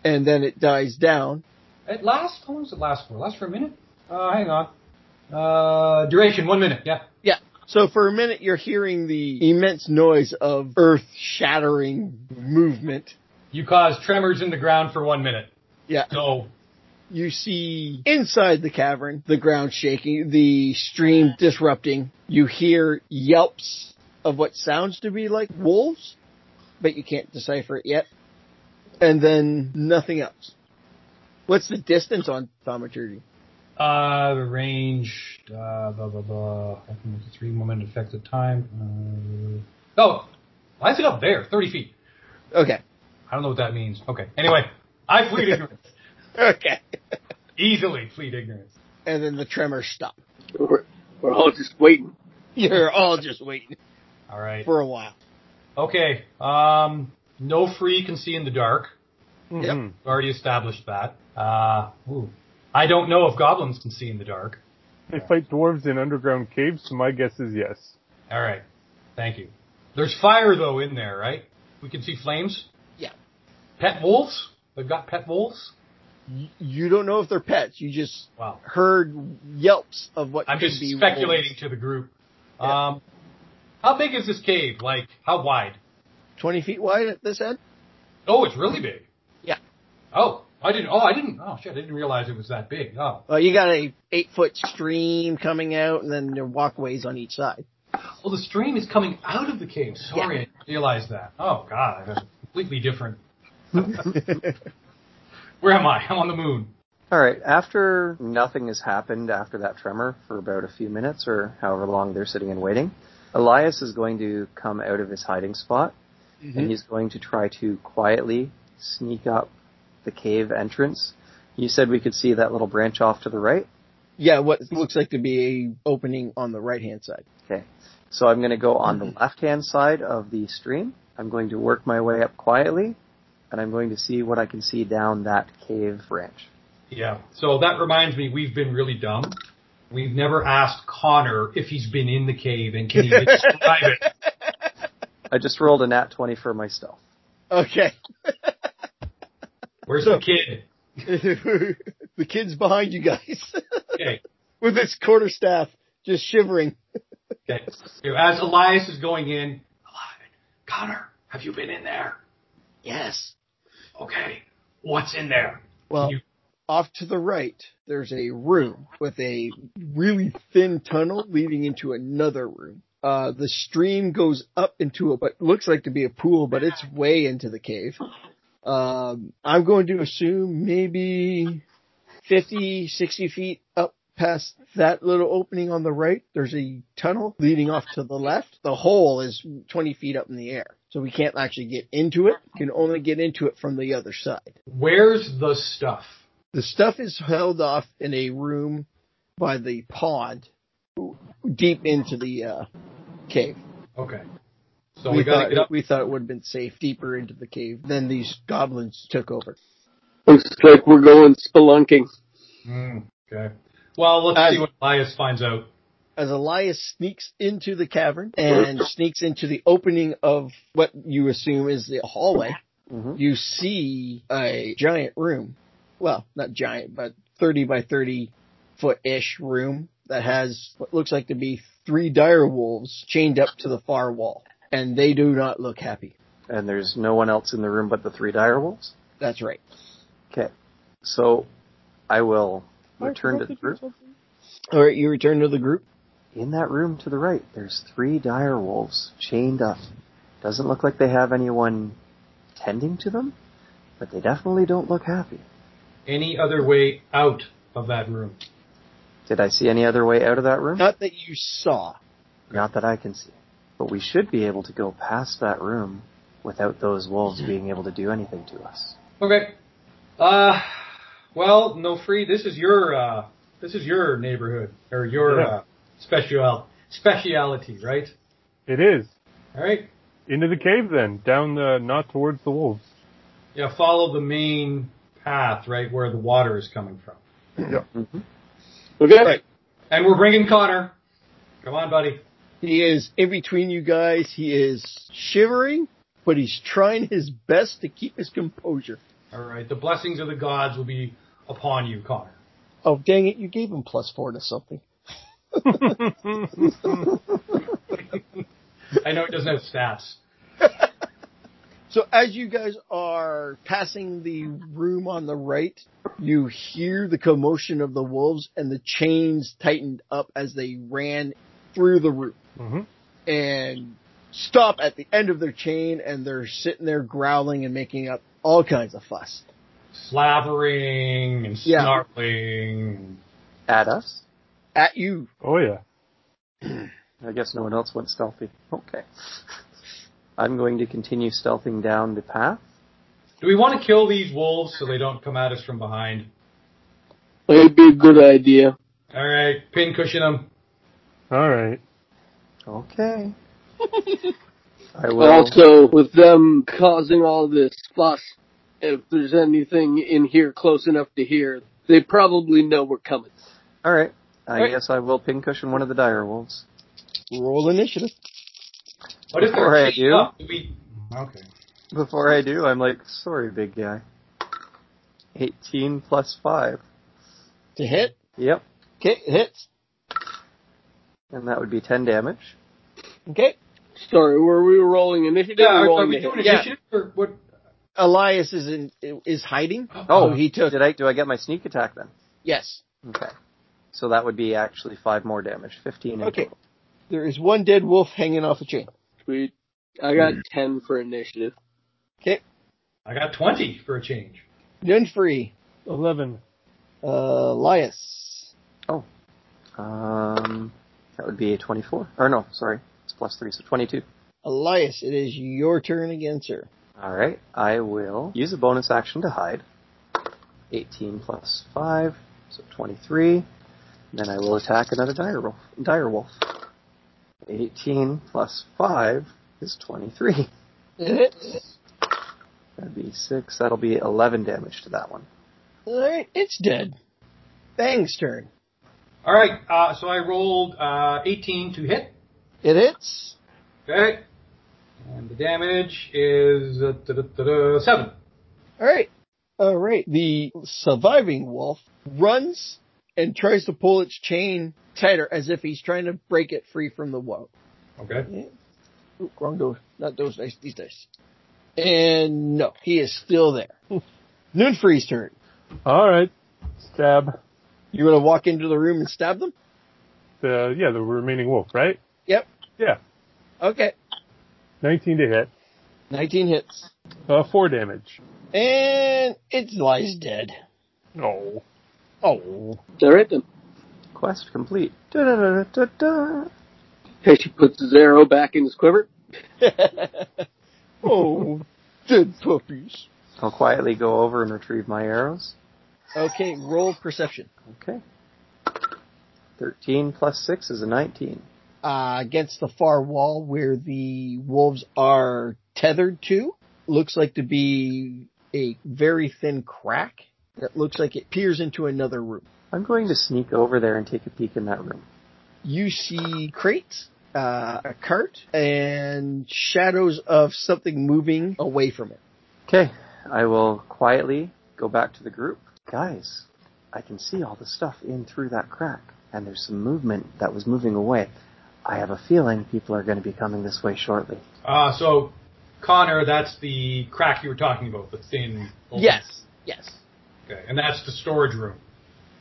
Speaker 2: and then it dies down.
Speaker 5: It lasts. How long does it last for? Last for a minute? Uh, hang on. Uh, duration one minute. Yeah.
Speaker 2: Yeah. So for a minute, you're hearing the immense noise of earth shattering movement.
Speaker 5: You cause tremors in the ground for one minute.
Speaker 2: Yeah.
Speaker 5: So
Speaker 2: You see inside the cavern, the ground shaking, the stream disrupting. You hear yelps of what sounds to be like wolves. but you can't decipher it yet. And then nothing else. What's the distance on thaumaturgy?
Speaker 5: Uh, the range, uh, blah, blah, blah. I can make a three moment effect at time. Uh, oh, why is it up there? 30 feet.
Speaker 2: Okay.
Speaker 5: I don't know what that means. Okay. Anyway, I plead ignorance.
Speaker 2: Okay.
Speaker 5: Easily plead ignorance.
Speaker 2: And then the tremors stop.
Speaker 1: We're, we're all just waiting.
Speaker 2: You're all just waiting
Speaker 5: All right.
Speaker 2: for a while.
Speaker 5: Okay. Um, no free can see in the dark.
Speaker 4: Mhm.
Speaker 5: We've already established that. Uh, ooh. I don't know if goblins can see in the dark.
Speaker 4: They fight dwarves in underground caves, so my guess is yes.
Speaker 5: All right. Thank you. There's fire though in there, right? We can see flames.
Speaker 2: Yeah.
Speaker 5: Pet wolves? They've got pet wolves. Mm-hmm.
Speaker 2: Y- You don't know if they're pets. You just
Speaker 5: Wow.
Speaker 2: heard yelps of what
Speaker 5: I'm
Speaker 2: could
Speaker 5: just
Speaker 2: be
Speaker 5: speculating
Speaker 2: wolves.
Speaker 5: to the group.
Speaker 2: Yeah.
Speaker 5: Um, how big is this cave? Like, how wide?
Speaker 2: Twenty feet wide at this end.
Speaker 5: Oh, it's really big.
Speaker 2: Yeah.
Speaker 5: Oh, I didn't. Oh, I didn't. Oh shit, I didn't realize it was that big. Oh.
Speaker 2: Well, Uh, you got a eight foot stream coming out, and then there are walkways on each side.
Speaker 5: Well, the stream is coming out of the cave. Sorry, I didn't realize that. Oh god, that's completely different. Where am I? I'm on the moon.
Speaker 3: All right. After nothing has happened after that tremor for about a few minutes or however long they're sitting and waiting, Elias is going to come out of his hiding spot and he's going to try to quietly sneak up the cave entrance. You said we could see that little branch off to the right.
Speaker 2: Yeah, what looks like to be a opening on the right hand side.
Speaker 3: Okay. So I'm going to go on the left hand side of the stream. I'm going to work my way up quietly and I'm going to see what I can see down that cave branch.
Speaker 5: Yeah. So that reminds me, we've been really dumb. We've never asked Connor if he's been in the cave and can he describe it.
Speaker 3: I just rolled a nat 20 for my stealth.
Speaker 2: Okay.
Speaker 5: Where's the kid?
Speaker 2: the kid's behind you guys
Speaker 5: Okay.
Speaker 2: with his quarter staff just shivering.
Speaker 5: Okay. So As Elias is going in, Elias, Connor, have you been in there?
Speaker 2: Yes.
Speaker 5: Okay. What's in there?
Speaker 2: Well,
Speaker 5: You-
Speaker 2: off to the right, there's a room with a really thin tunnel leading into another room. Uh, the stream goes up into a, what looks like to be a pool, but it's way into the cave. Um, I'm going to assume maybe 50, 60 feet up past that little opening on the right. There's a tunnel leading off to the left. The hole is 20 feet up in the air. So we can't actually get into it. Can only get into it from the other side.
Speaker 5: Where's the stuff?
Speaker 2: The stuff is held off in a room by the pod, deep into the uh, cave.
Speaker 5: Okay. So we, gotta
Speaker 2: thought,
Speaker 5: get up.
Speaker 2: we thought it would have been safe deeper into the cave. Then these goblins took over.
Speaker 1: Looks like we're going spelunking.
Speaker 5: Mm, okay. Well, let's
Speaker 2: Uh,
Speaker 5: see what Elias finds out.
Speaker 2: As Elias sneaks into the cavern and sneaks into the opening of what you assume is the hallway,
Speaker 3: Mhm.
Speaker 2: you see a giant room. Well, not giant, but 30 by 30 foot ish room that has what looks like to be three dire wolves chained up to the far wall. And they do not look happy.
Speaker 3: And there's no one else in the room but the three dire wolves.
Speaker 2: That's right.
Speaker 3: Okay. So I will return to the group.
Speaker 2: All right, you return to the group.
Speaker 3: In that room to the right, there's three dire wolves chained up. Doesn't look like they have anyone tending to them, but they definitely don't look happy.
Speaker 5: Any other way out of that room?
Speaker 3: Did I see any other way out of that room?
Speaker 2: Not that you saw.
Speaker 3: Not that I can see. But we should be able to go past that room without those wolves being able to do anything to us.
Speaker 5: Okay. Uh, well, no free. This is your uh, this is your neighborhood or your
Speaker 4: Yeah.
Speaker 5: uh, special speciality, right?
Speaker 4: It is.
Speaker 5: All right.
Speaker 4: Into the cave then, down the, not towards the wolves.
Speaker 5: Yeah. Follow the main path, right, where the water is coming from.
Speaker 1: Okay.
Speaker 2: Right.
Speaker 5: And we're bringing Connor. Come on, buddy.
Speaker 2: He is in between you guys. He is shivering, but he's trying his best to keep his composure.
Speaker 5: All right. The blessings of the gods will be upon you, Connor.
Speaker 2: Oh, dang it. You gave him plus four to something.
Speaker 5: I know it doesn't have stats.
Speaker 2: So as you guys are passing the room on the right, you hear the commotion of the wolves and the chains tightened up as they ran through the roof.
Speaker 4: Mhm.
Speaker 2: And stop at the end of their chain and they're sitting there growling and making up all kinds of fuss.
Speaker 5: Slavering and
Speaker 2: Yeah.
Speaker 5: snarling.
Speaker 3: At us?
Speaker 2: At you.
Speaker 4: Oh yeah.
Speaker 3: I guess no one else went stealthy. Okay. I'm going to continue stealthing down the path.
Speaker 5: Do we want to kill these wolves so they don't come at us from behind?
Speaker 1: It'd be a good idea.
Speaker 5: All right, pincushion them.
Speaker 4: All right.
Speaker 3: Okay. I will.
Speaker 1: Also, with them causing all this fuss, if there's anything in here close enough to hear, they probably know we're coming.
Speaker 3: All right. I
Speaker 2: Alright.
Speaker 3: guess I will pincushion one of the dire wolves.
Speaker 2: Roll initiative.
Speaker 5: What if
Speaker 3: Before I
Speaker 5: they're
Speaker 3: do?
Speaker 5: up? Do we... Okay.
Speaker 3: Before I do, I'm like, sorry, big guy. 18 plus 5.
Speaker 2: To hit.
Speaker 3: Yep.
Speaker 2: Okay, it hits.
Speaker 3: And that would be 10 damage.
Speaker 2: Okay.
Speaker 1: Sorry, were we rolling initiative?
Speaker 5: Yeah,
Speaker 1: or
Speaker 5: are, are
Speaker 1: rolling
Speaker 5: we
Speaker 1: to
Speaker 5: doing
Speaker 1: hit?
Speaker 2: Yeah.
Speaker 5: initiative or what?
Speaker 2: Elias is in is hiding.
Speaker 3: Oh,
Speaker 2: he took
Speaker 3: Did I, do I get my sneak attack then?
Speaker 2: yes.
Speaker 3: Okay. So that would be actually 5 more damage. 15 in
Speaker 2: Okay.
Speaker 3: total.
Speaker 2: There is one dead wolf hanging off a chain.
Speaker 1: Sweet. I got 10 for initiative.
Speaker 5: I got 20 for a change.
Speaker 2: None free.
Speaker 4: Eleven.
Speaker 2: Uh, Elias.
Speaker 3: Um, that would be a 24. Or no, sorry. It's plus 3, so 22.
Speaker 2: Elias, it is your turn again, sir.
Speaker 3: All right, I will use a bonus action to hide. 18 plus 5, so 23. Then I will attack another dire wolf. Dire wolf. 18 plus 5 is 23.
Speaker 2: It hits.
Speaker 3: That'd be 6. That'll be 11 damage to that one.
Speaker 2: All right, it's dead. Bang's turn.
Speaker 5: All right, uh, so I rolled uh, 18 to hit.
Speaker 2: It hits.
Speaker 5: Okay. And the damage is uh, da, da, da, da, 7.
Speaker 2: All right. All right. The surviving wolf runs and tries to pull its chain tighter as if he's trying to break it free from the wolf.
Speaker 5: Okay.
Speaker 2: Ooh, wrong door. Not those dice. These dice. And no, he is still there. Noonfree's turn.
Speaker 4: All right. Stab.
Speaker 2: You want to walk into the room and stab them?
Speaker 4: The yeah the remaining wolf right.
Speaker 2: Yep.
Speaker 4: Yeah.
Speaker 2: Okay.
Speaker 4: 19 to hit.
Speaker 2: 19 hits.
Speaker 4: Uh, four damage.
Speaker 2: And it lies dead.
Speaker 4: Oh.
Speaker 2: Oh.
Speaker 1: All right then.
Speaker 3: Quest complete. Da-da-da-da-da.
Speaker 1: Pesci puts his arrow back in his quiver.
Speaker 2: oh, dead puppies.
Speaker 3: I'll quietly go over and retrieve my arrows.
Speaker 2: Okay, roll perception.
Speaker 3: Okay. 13 plus 6 is a 19.
Speaker 2: Uh, against the far wall where the wolves are tethered to, looks like to be a very thin crack that looks like it peers into another room.
Speaker 3: I'm going to sneak over there and take a peek in that room.
Speaker 2: You see crates, uh, a cart, and shadows of something moving away from it.
Speaker 3: Okay, I will quietly go back to the group. Guys, I can see all the stuff in through that crack, and there's some movement that was moving away. I have a feeling people are going to be coming this way shortly.
Speaker 5: Uh, so, Connor, that's the crack you were talking about, the thin. old-
Speaker 2: Yes, yes,
Speaker 5: Okay, and that's the storage room.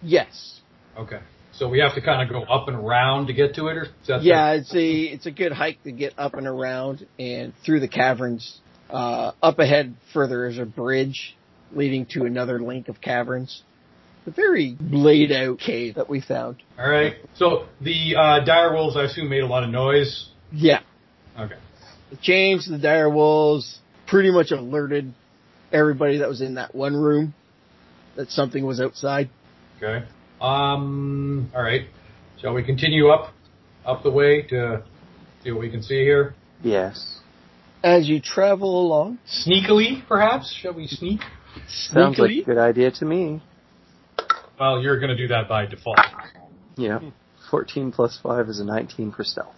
Speaker 2: yes.
Speaker 5: Okay. So we have to kind of go up and around to get to it, or is that
Speaker 2: yeah, it's a it's a good hike to get up and around and through the caverns. Uh, up ahead further is a bridge leading to another link of caverns. A very laid out cave that we found.
Speaker 5: All right. So the uh, dire wolves, I assume, made a lot of noise.
Speaker 2: Yeah,
Speaker 5: Okay.
Speaker 2: the James, the dire wolves, pretty much alerted everybody that was in that one room that something was outside.
Speaker 5: Okay. Um. All right. Shall we continue up, up the way to see what we can see here?
Speaker 3: Yes.
Speaker 2: As you travel along,
Speaker 5: Sneakily, perhaps? Shall we sneak?
Speaker 3: Sounds like a
Speaker 2: sneakily,
Speaker 3: good idea to me.
Speaker 5: Well, you're going to do that by default.
Speaker 3: Yeah.
Speaker 1: Hmm.
Speaker 3: 14 plus 5 is a 19 for stealth.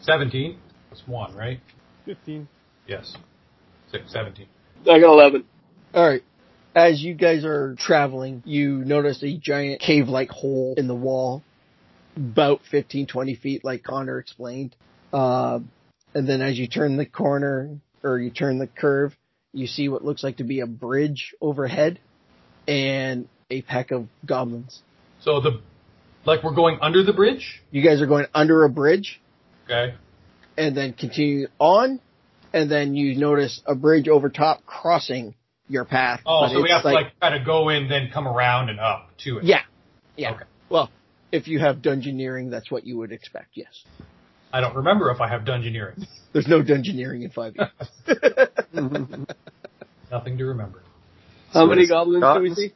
Speaker 5: Seventeen. That's one, right?
Speaker 4: 15.
Speaker 5: Yes. Six, Seventeen.
Speaker 1: I got 11.
Speaker 2: All right. As you guys are traveling, you notice a giant cave-like hole in the wall, about 15, 20 feet, like Connor explained. Uh, and then as you turn the corner, or you turn the curve, you see what looks like to be a bridge overhead and a pack of goblins.
Speaker 5: So the, like, we're going under the bridge.
Speaker 2: You guys are going under a bridge.
Speaker 5: Okay.
Speaker 2: and then continue on, and then you notice a bridge over top crossing your path.
Speaker 5: Oh,
Speaker 2: but
Speaker 5: so we
Speaker 2: it's
Speaker 5: have to like try to go in, then come around and up to it.
Speaker 2: yeah, yeah.
Speaker 5: Okay.
Speaker 2: Well, if you have dungeoneering, that's what you would expect. Yes,
Speaker 5: I don't remember if I have dungeoneering.
Speaker 2: there's no dungeoneering in five E.
Speaker 5: Nothing to remember.
Speaker 1: How
Speaker 3: So
Speaker 1: many
Speaker 3: it's
Speaker 1: goblins do we
Speaker 3: gotten-
Speaker 1: see?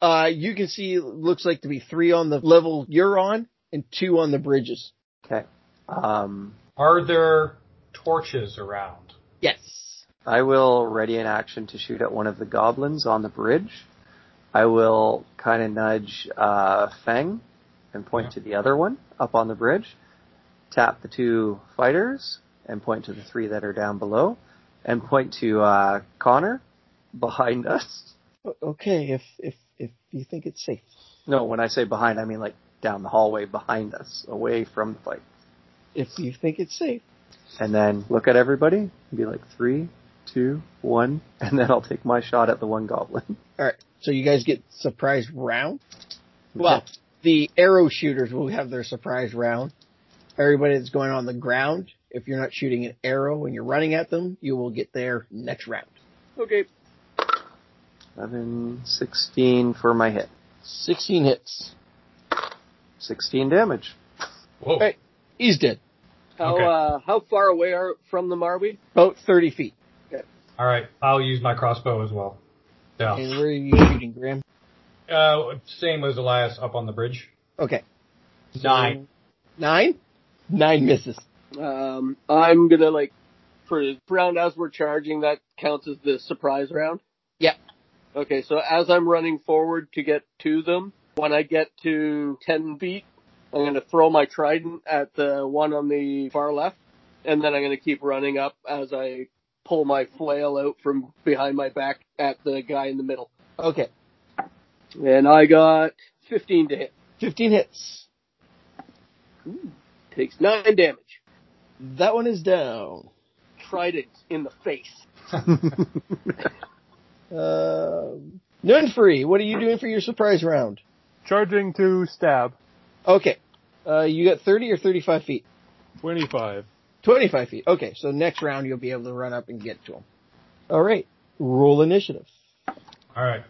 Speaker 2: Uh, you can see it looks like to be three on the level you're on and two on the bridges.
Speaker 3: Okay. Um,
Speaker 5: Are there torches around?
Speaker 2: Yes.
Speaker 3: I will ready an action to shoot at one of the goblins on the bridge. I will kind of nudge uh, Fang and point to the other one up on the bridge. Tap the two fighters and point to the three that are down below, and point to uh, Connor behind us.
Speaker 2: O- Okay, if if if you think it's safe.
Speaker 3: No, when I say behind, I mean like down the hallway behind us, away from the fight.
Speaker 2: If you think it's safe.
Speaker 3: And then look at everybody and be like three, two, one, and then I'll take my shot at the one goblin.
Speaker 2: All right. So you guys get surprise round. Well, the arrow shooters will have their surprise round. Everybody that's going on the ground, if you're not shooting an arrow and you're running at them, you will get their next round.
Speaker 1: Okay.
Speaker 3: 11, 16 for my hit.
Speaker 2: 16 hits.
Speaker 3: 16 damage.
Speaker 5: Whoa.
Speaker 2: Hey. He's dead.
Speaker 1: How
Speaker 5: Okay.
Speaker 1: uh, how far away are from them are we?
Speaker 2: About 30 feet.
Speaker 5: All right, I'll use my crossbow as well.
Speaker 2: And
Speaker 5: Yeah.
Speaker 2: where are you shooting, Graham?
Speaker 5: Uh, same as Elias up on the bridge.
Speaker 2: Okay.
Speaker 5: Nine.
Speaker 2: Nine? Nine misses.
Speaker 1: Um, I'm gonna like for round as we're charging that counts as the surprise round.
Speaker 2: Yep.
Speaker 1: Okay, so as I'm running forward to get to them, when I get to ten feet, I'm gonna throw my trident at the one on the far left, and then I'm gonna keep running up as I pull my flail out from behind my back at the guy in the middle.
Speaker 2: Okay.
Speaker 1: And I got fifteen to hit.
Speaker 2: 15 hits.
Speaker 1: Takes nine damage.
Speaker 2: That one is down.
Speaker 1: Trident in the face.
Speaker 2: Uh, Nunfree, what are you doing for your surprise round?
Speaker 4: Charging to stab.
Speaker 2: Okay. Uh, you got 30 or 35 feet?
Speaker 4: 25.
Speaker 2: 25 feet. Okay, so next round you'll be able to run up and get to him. All right. Roll initiative.
Speaker 5: All right,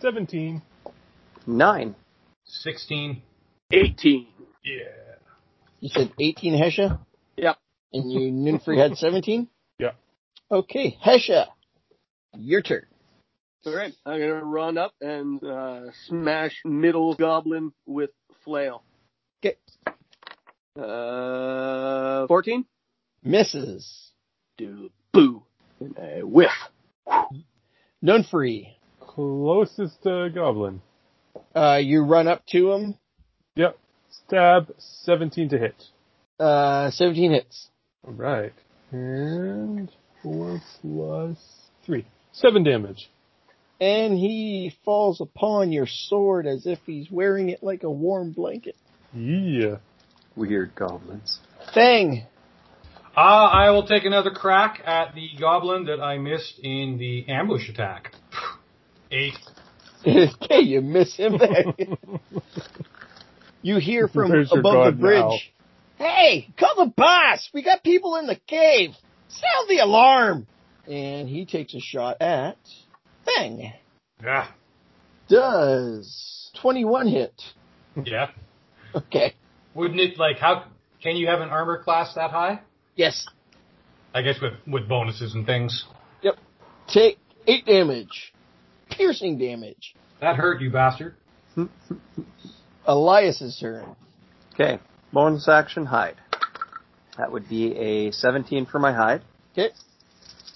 Speaker 4: 17.
Speaker 3: 9.
Speaker 5: sixteen.
Speaker 1: Eighteen.
Speaker 5: Yeah.
Speaker 2: You said 18 Hesha?
Speaker 1: Yep.
Speaker 2: And you, Nunfree, had 17?
Speaker 4: Yeah.
Speaker 2: Okay, Hesha, your turn.
Speaker 1: All right, I'm gonna run up and uh, smash middle goblin with flail.
Speaker 2: Okay.
Speaker 1: Uh, fourteen.
Speaker 2: Misses.
Speaker 1: Do boo and a whiff.
Speaker 2: Nunfree,
Speaker 4: Closest uh, goblin.
Speaker 2: uh, you run up to him.
Speaker 4: Yep. Stab, 17 to hit.
Speaker 2: Uh, 17 hits.
Speaker 4: Alright. And 4 plus 3. 7 damage.
Speaker 2: And he falls upon your sword as if he's wearing it like a warm blanket.
Speaker 4: Yeah.
Speaker 3: Weird goblins.
Speaker 2: Fang!
Speaker 5: Uh, I will take another crack at the goblin that I missed in the ambush attack. Eight.
Speaker 2: okay, you miss him there. you hear from
Speaker 4: There's your
Speaker 2: above the
Speaker 4: god
Speaker 2: bridge. Hey, call the boss! We got people in the cave! Sound the alarm! And he takes a shot at Fang.
Speaker 5: Yeah.
Speaker 2: Does 21 hit.
Speaker 5: Yeah.
Speaker 2: Okay.
Speaker 5: Wouldn't it like how can you have an armor class that high?
Speaker 2: Yes.
Speaker 5: I guess with with bonuses and things.
Speaker 2: Take 8 damage. Piercing damage.
Speaker 5: That hurt you bastard.
Speaker 2: Elias's turn.
Speaker 3: Okay. Bonus action hide. That would be a 17 for my hide.
Speaker 2: Okay.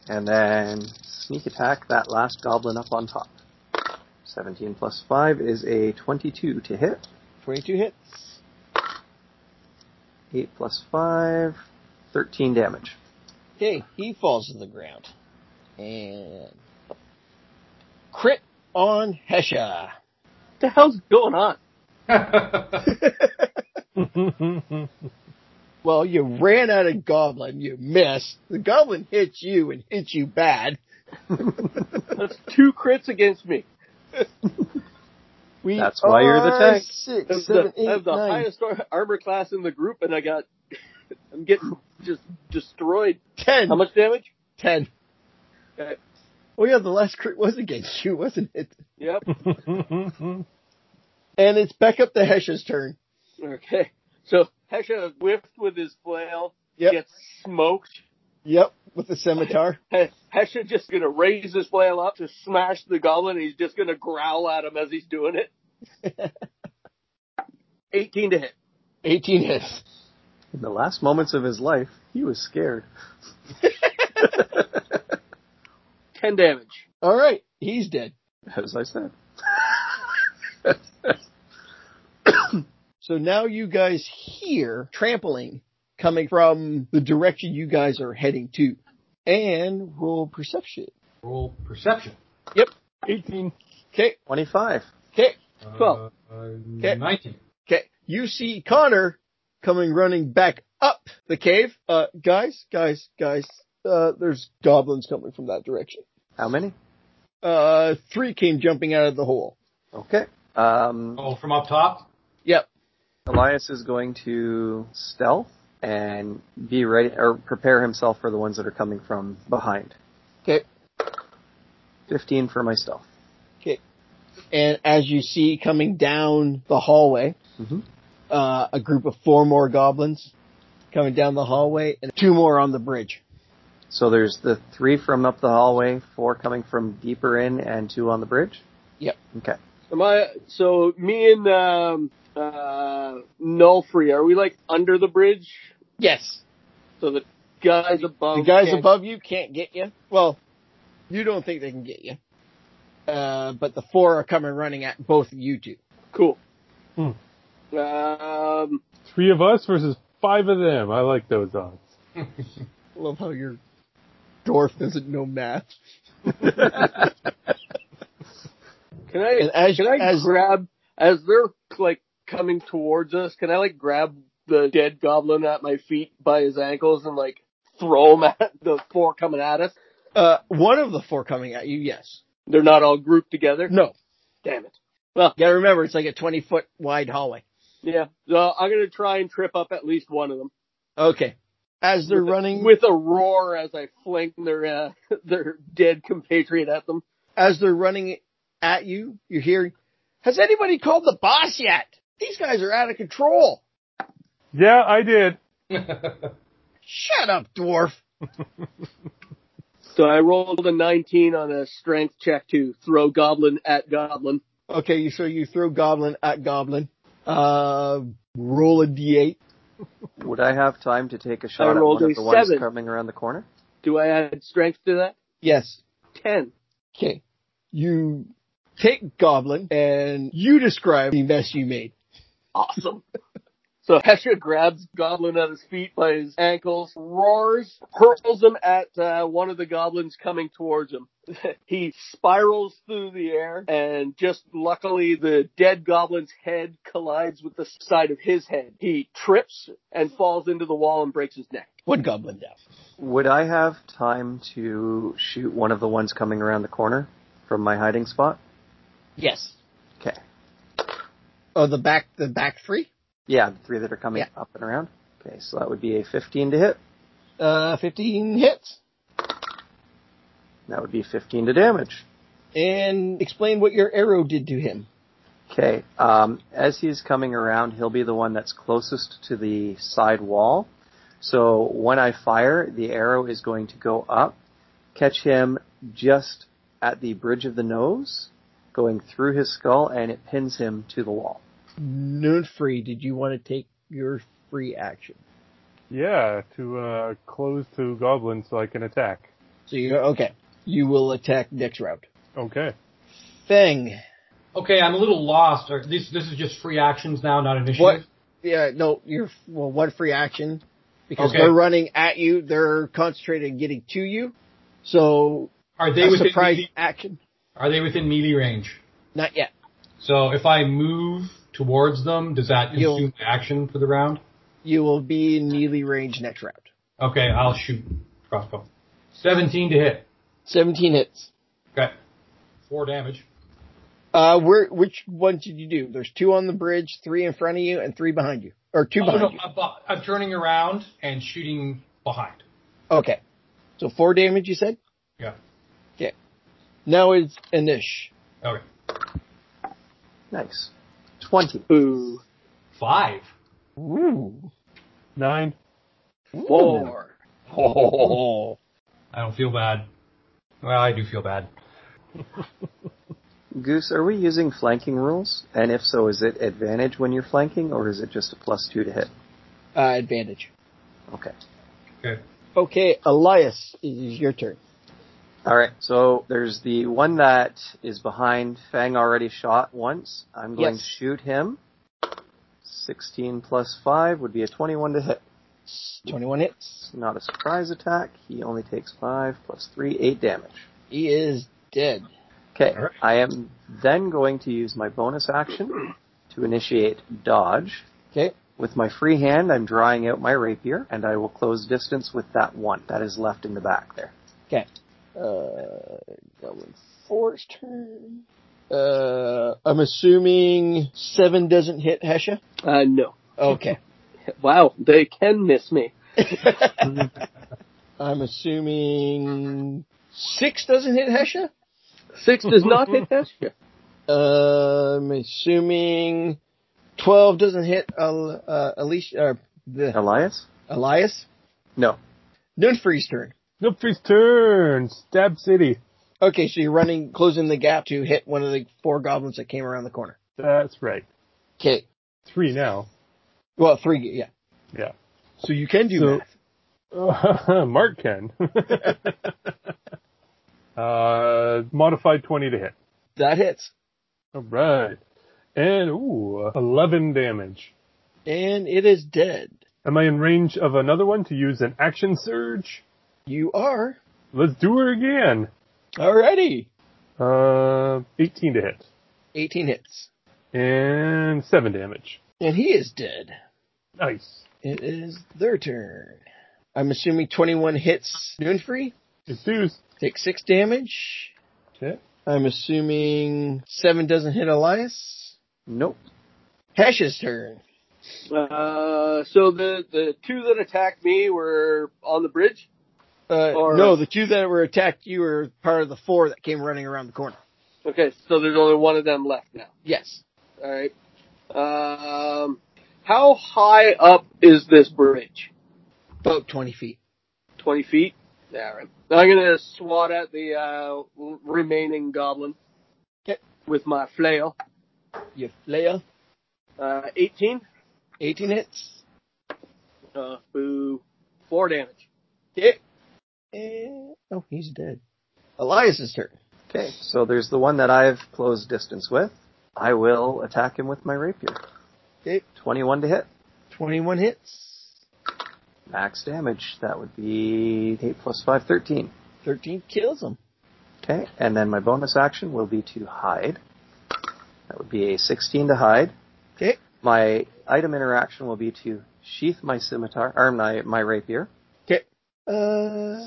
Speaker 3: And then sneak attack that last goblin up on top. 17 plus 5 is a 22 to hit.
Speaker 2: 22 hits.
Speaker 3: 8 plus 5, 13 damage.
Speaker 2: Okay, he falls to the ground. And crit on Hesha.
Speaker 1: What the hell's going on?
Speaker 2: Well, you ran at a goblin, you missed. The goblin hits you and hits you bad.
Speaker 1: That's two crits against me.
Speaker 2: We
Speaker 3: That's why you're the
Speaker 2: are
Speaker 3: tank.
Speaker 1: I have
Speaker 2: Six,
Speaker 1: the,
Speaker 2: seven,
Speaker 1: I have
Speaker 2: eight,
Speaker 1: the
Speaker 2: nine.
Speaker 1: highest ar- armor class in the group, and I got I'm getting just destroyed.
Speaker 2: Ten.
Speaker 1: How much damage?
Speaker 2: Ten.
Speaker 1: Okay.
Speaker 2: Oh yeah, the last crit was against you, wasn't it?
Speaker 1: Yep.
Speaker 2: And it's back up to Hesha's turn.
Speaker 1: Okay. So Hesha whiffed with his flail.
Speaker 2: Yep.
Speaker 1: Gets smoked.
Speaker 2: Yep, with the scimitar.
Speaker 1: He- Hesha just gonna raise his flail up to smash the goblin, and he's just gonna growl at him as he's doing it. 18 to hit.
Speaker 2: 18 hits.
Speaker 3: In the last moments of his life, he was scared.
Speaker 1: 10 damage.
Speaker 2: All right, he's dead.
Speaker 3: As I said.
Speaker 2: So now you guys hear trampling coming from the direction you guys are heading to. And roll perception.
Speaker 5: Roll perception.
Speaker 4: 18.
Speaker 2: Okay,
Speaker 3: 25.
Speaker 2: okay,
Speaker 1: Twelve.
Speaker 5: Uh, uh, Nineteen.
Speaker 2: okay. You see Connor coming running back up the cave. Uh, guys, guys, guys, uh, there's goblins coming from that direction.
Speaker 3: How many?
Speaker 2: Uh, three came jumping out of the hole.
Speaker 3: Okay. Um,
Speaker 5: Oh, from up top.
Speaker 2: Yep.
Speaker 3: Elias is going to stealth and be ready or prepare himself for the ones that are coming from behind.
Speaker 2: Okay.
Speaker 3: 15 for my stealth.
Speaker 2: And as you see coming down the hallway,
Speaker 3: Mhm.
Speaker 2: uh, a group of four more goblins coming down the hallway and two more on the bridge.
Speaker 3: So there's the three from up the hallway, four coming from deeper in, and two on the bridge?
Speaker 2: Yep.
Speaker 3: Okay.
Speaker 1: Am I, so me and, um, uh, Nullfree, are we like under the bridge?
Speaker 2: Yes.
Speaker 1: So the guys above.
Speaker 2: The guys
Speaker 1: can't-
Speaker 2: above you can't get you. Well, you don't think they can get you. Uh, but the four are coming running at both of you two.
Speaker 1: Cool.
Speaker 4: Hmm.
Speaker 1: Um,
Speaker 4: Three of us versus five of them. I like those odds.
Speaker 2: I love how your dwarf doesn't know math.
Speaker 1: can I,
Speaker 2: And as-
Speaker 1: can I
Speaker 2: as-
Speaker 1: grab, as they're like coming towards us, can I like grab the dead goblin at my feet by his ankles and like throw him at the four coming at us?
Speaker 2: Uh, one of the four coming at you, yes.
Speaker 1: They're not all grouped together?
Speaker 2: No.
Speaker 1: Damn it.
Speaker 2: Gotta remember, it's like a 20 foot wide hallway.
Speaker 1: Yeah. So I'm going to try and trip up at least one of them.
Speaker 2: Okay. As they're
Speaker 1: With-
Speaker 2: running,
Speaker 1: with a roar as I fling their uh, their dead compatriot at them.
Speaker 2: as they're running at you, you're hearing, has anybody called the boss yet? These guys are out of control.
Speaker 4: Yeah, I did.
Speaker 2: Shut up, dwarf.
Speaker 1: So I rolled a 19 on a strength check to throw goblin at goblin.
Speaker 2: Okay, you- so you throw goblin at goblin. Uh, roll a d8.
Speaker 3: Would I have time to take a shot at
Speaker 1: rolled
Speaker 3: one
Speaker 1: a
Speaker 3: of the ones
Speaker 1: seven.
Speaker 3: coming around the corner?
Speaker 1: Do I add strength to that?
Speaker 2: Yes.
Speaker 1: 10.
Speaker 2: Okay. You take goblin and you describe the mess you made.
Speaker 1: Awesome. so Hesha grabs goblin at his feet by his ankles, roars, hurls him at uh, one of the goblins coming towards him. he spirals through the air and just luckily the dead goblin's head collides with the side of his head. He trips and falls into the wall and breaks his neck.
Speaker 2: One goblin down.
Speaker 3: Would I have time to shoot one of the ones coming around the corner from my hiding spot?
Speaker 2: Yes.
Speaker 3: Okay.
Speaker 2: Oh, the back, the back three?
Speaker 3: Yeah, the three that are coming
Speaker 2: Yeah.
Speaker 3: up and around. Okay, so that would be a 15 to hit.
Speaker 2: Uh, 15 hits.
Speaker 3: That would be 15 to damage.
Speaker 2: And explain what your arrow did to him.
Speaker 3: Okay, um, as he's coming around, he'll be the one that's closest to the side wall. So when I fire, the arrow is going to go up, catch him just at the bridge of the nose, going through his skull, and it pins him to the wall.
Speaker 2: Noon free, did you want to take your free action?
Speaker 4: Yeah, to uh, close to goblins so I can attack.
Speaker 2: So you okay. You will attack next round.
Speaker 4: Okay.
Speaker 2: Fang.
Speaker 5: okay, I'm a little lost. Or this this is just free actions now, not initiative.
Speaker 2: What yeah, no, you're well one free action. Because
Speaker 5: Okay.
Speaker 2: they're running at you, they're concentrated on getting to you. So
Speaker 5: Are they
Speaker 2: a
Speaker 5: within
Speaker 2: surprise
Speaker 5: melee,
Speaker 2: action?
Speaker 5: Are they within melee range?
Speaker 2: Not yet.
Speaker 5: So if I move towards them, does that
Speaker 2: You'll-
Speaker 5: consume action for the round?
Speaker 2: You will be in melee range next round.
Speaker 5: Okay, I'll shoot crossbow. Seventeen to hit.
Speaker 2: Seventeen hits.
Speaker 5: Okay, four damage.
Speaker 2: Uh, where, which one did you do? There's two on the bridge, three in front of you, and three behind you. Or two
Speaker 5: Oh,
Speaker 2: behind
Speaker 5: no,
Speaker 2: you.
Speaker 5: I'm, bu- I'm turning around and shooting behind.
Speaker 2: Okay. So four damage, you said?
Speaker 5: Yeah.
Speaker 2: Now it's Anish.
Speaker 5: Okay.
Speaker 3: Nice. 20.
Speaker 1: Ooh.
Speaker 5: Five.
Speaker 2: Ooh.
Speaker 4: Nine.
Speaker 2: Four. Oh.
Speaker 5: I don't feel bad. Well, I do feel bad.
Speaker 3: Goose, are we using flanking rules? And if so, is it advantage when you're flanking, or is it just a plus two to hit?
Speaker 2: Uh, advantage.
Speaker 3: Okay.
Speaker 5: Okay.
Speaker 2: Okay, Elias, it is your turn.
Speaker 3: All right. So there's the one that is behind. Fang already shot once. I'm going
Speaker 2: Yes.
Speaker 3: to shoot him. 16 plus 5 would be a 21 to hit.
Speaker 2: 21 hits.
Speaker 3: It's not a surprise attack. He only takes 5 plus 3, 8 damage.
Speaker 2: He is dead.
Speaker 3: Okay.
Speaker 5: All right.
Speaker 3: I am then going to use my bonus action to initiate dodge.
Speaker 2: Okay.
Speaker 3: With my free hand, I'm drawing out my rapier, and I will close distance with that one that is left in the back there.
Speaker 2: Okay. Uh, Goblin Force turn. Uh, I'm assuming seven doesn't hit Hesha.
Speaker 1: Uh, no.
Speaker 2: Okay.
Speaker 1: Wow, they can miss me.
Speaker 2: I'm assuming six doesn't hit Hesha.
Speaker 1: Six does not hit Hesha.
Speaker 2: Uh, I'm assuming twelve doesn't hit Al- uh, Alicia or the
Speaker 3: Elias?
Speaker 2: Elias.
Speaker 3: No.
Speaker 2: Noonfree's turn.
Speaker 4: Nobody's turn. Stab City.
Speaker 2: Okay, so you're running, closing the gap to hit one of the four goblins that came around the corner.
Speaker 4: That's right.
Speaker 2: Okay.
Speaker 4: Three now.
Speaker 2: Well, three. Yeah.
Speaker 4: Yeah.
Speaker 2: So you can do
Speaker 4: So-
Speaker 2: math.
Speaker 4: Mark can. uh, modified 20 to hit.
Speaker 2: That hits.
Speaker 4: All right. And, ooh, 11 damage.
Speaker 2: And it is dead.
Speaker 4: Am I in range of another one to use an action surge?
Speaker 2: You are.
Speaker 4: Let's do her again.
Speaker 2: Alrighty.
Speaker 4: Uh, 18 to hit.
Speaker 2: 18 hits.
Speaker 4: And 7 damage.
Speaker 2: And he is dead.
Speaker 4: Nice.
Speaker 2: It is their turn. I'm assuming 21 hits Noonfree.
Speaker 4: It's Zeus.
Speaker 2: Take 6 damage.
Speaker 4: Okay.
Speaker 2: I'm assuming 7 doesn't hit Elias.
Speaker 3: Nope.
Speaker 2: Hash's turn.
Speaker 1: Uh, so the, the two that attacked me were on the bridge.
Speaker 2: Uh,
Speaker 1: Or-
Speaker 2: no, the two that were attacked, you were part of the four that came running around the corner.
Speaker 1: Okay, so there's only one of them left now.
Speaker 2: Yes.
Speaker 1: All right. Um, how high up is this bridge?
Speaker 2: About 20 feet.
Speaker 1: 20 feet? Yeah, all right. Now I'm going to swat at the uh, r- remaining goblin
Speaker 2: Okay.
Speaker 1: with my flail.
Speaker 2: You Leia,
Speaker 1: Uh, 18.
Speaker 2: 18 hits.
Speaker 1: Uh, boo. Four damage.
Speaker 2: Yeah. And, oh, he's dead. Elias's turn.
Speaker 3: Okay, so there's the one that I've closed distance with. I will attack him with my rapier.
Speaker 2: Okay.
Speaker 3: 21 to hit.
Speaker 2: 21 hits.
Speaker 3: Max damage. That would be 8 plus 5, 13.
Speaker 2: 13 kills him.
Speaker 3: Okay, and then my bonus action will be to hide. That would be a 16 to hide.
Speaker 2: Okay.
Speaker 3: My item interaction will be to sheath my scimitar, or my, my rapier.
Speaker 2: Uh,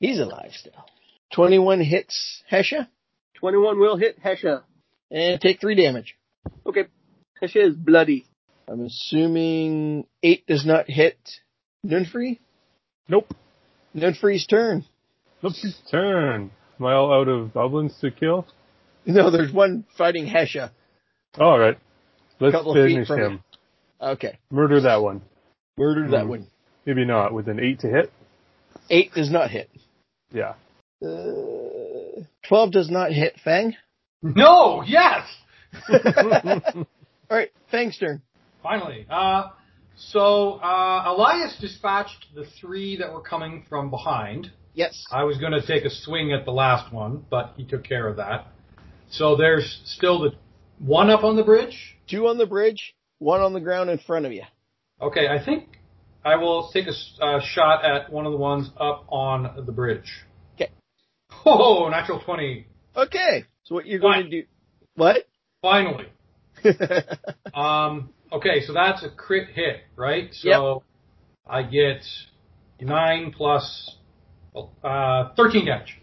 Speaker 2: he's alive still. 21 hits Hesha
Speaker 1: 21 will hit Hesha.
Speaker 2: and take 3 damage.
Speaker 1: Okay. Hesha is bloody.
Speaker 2: I'm assuming 8 does not hit Nunfree.
Speaker 4: Nope.
Speaker 2: Nunfree's turn.
Speaker 4: Nobody's turn. Am I all out of goblins to kill?
Speaker 2: No, there's one fighting Hesha.
Speaker 4: All right. Let's
Speaker 2: Couple of feet
Speaker 4: finish
Speaker 2: from
Speaker 4: him.
Speaker 2: you. Okay.
Speaker 4: Murder that one.
Speaker 2: Murder that
Speaker 4: Hmm.
Speaker 2: one.
Speaker 4: Maybe not. With an 8 to hit?
Speaker 2: 8 does not hit.
Speaker 4: Yeah.
Speaker 2: Uh, 12 does not hit Fang.
Speaker 5: No! Yes!
Speaker 2: Alright, Fang's turn.
Speaker 5: Finally. Uh, so, uh, Elias dispatched the three that were coming from behind.
Speaker 2: Yes.
Speaker 5: I was going to take a swing at the last one, but he took care of that. So there's still the one up on the bridge.
Speaker 2: Two on the bridge, one on the ground in front of you.
Speaker 5: Okay, I think I will take a s- uh, shot at one of the ones up on the bridge.
Speaker 2: 'Kay.
Speaker 5: Oh, natural 20.
Speaker 2: Okay. So what you're going
Speaker 5: What?
Speaker 2: to do? What?
Speaker 5: Finally. Um, okay, so that's a crit hit, right? So I get 9 plus uh, 13 damage.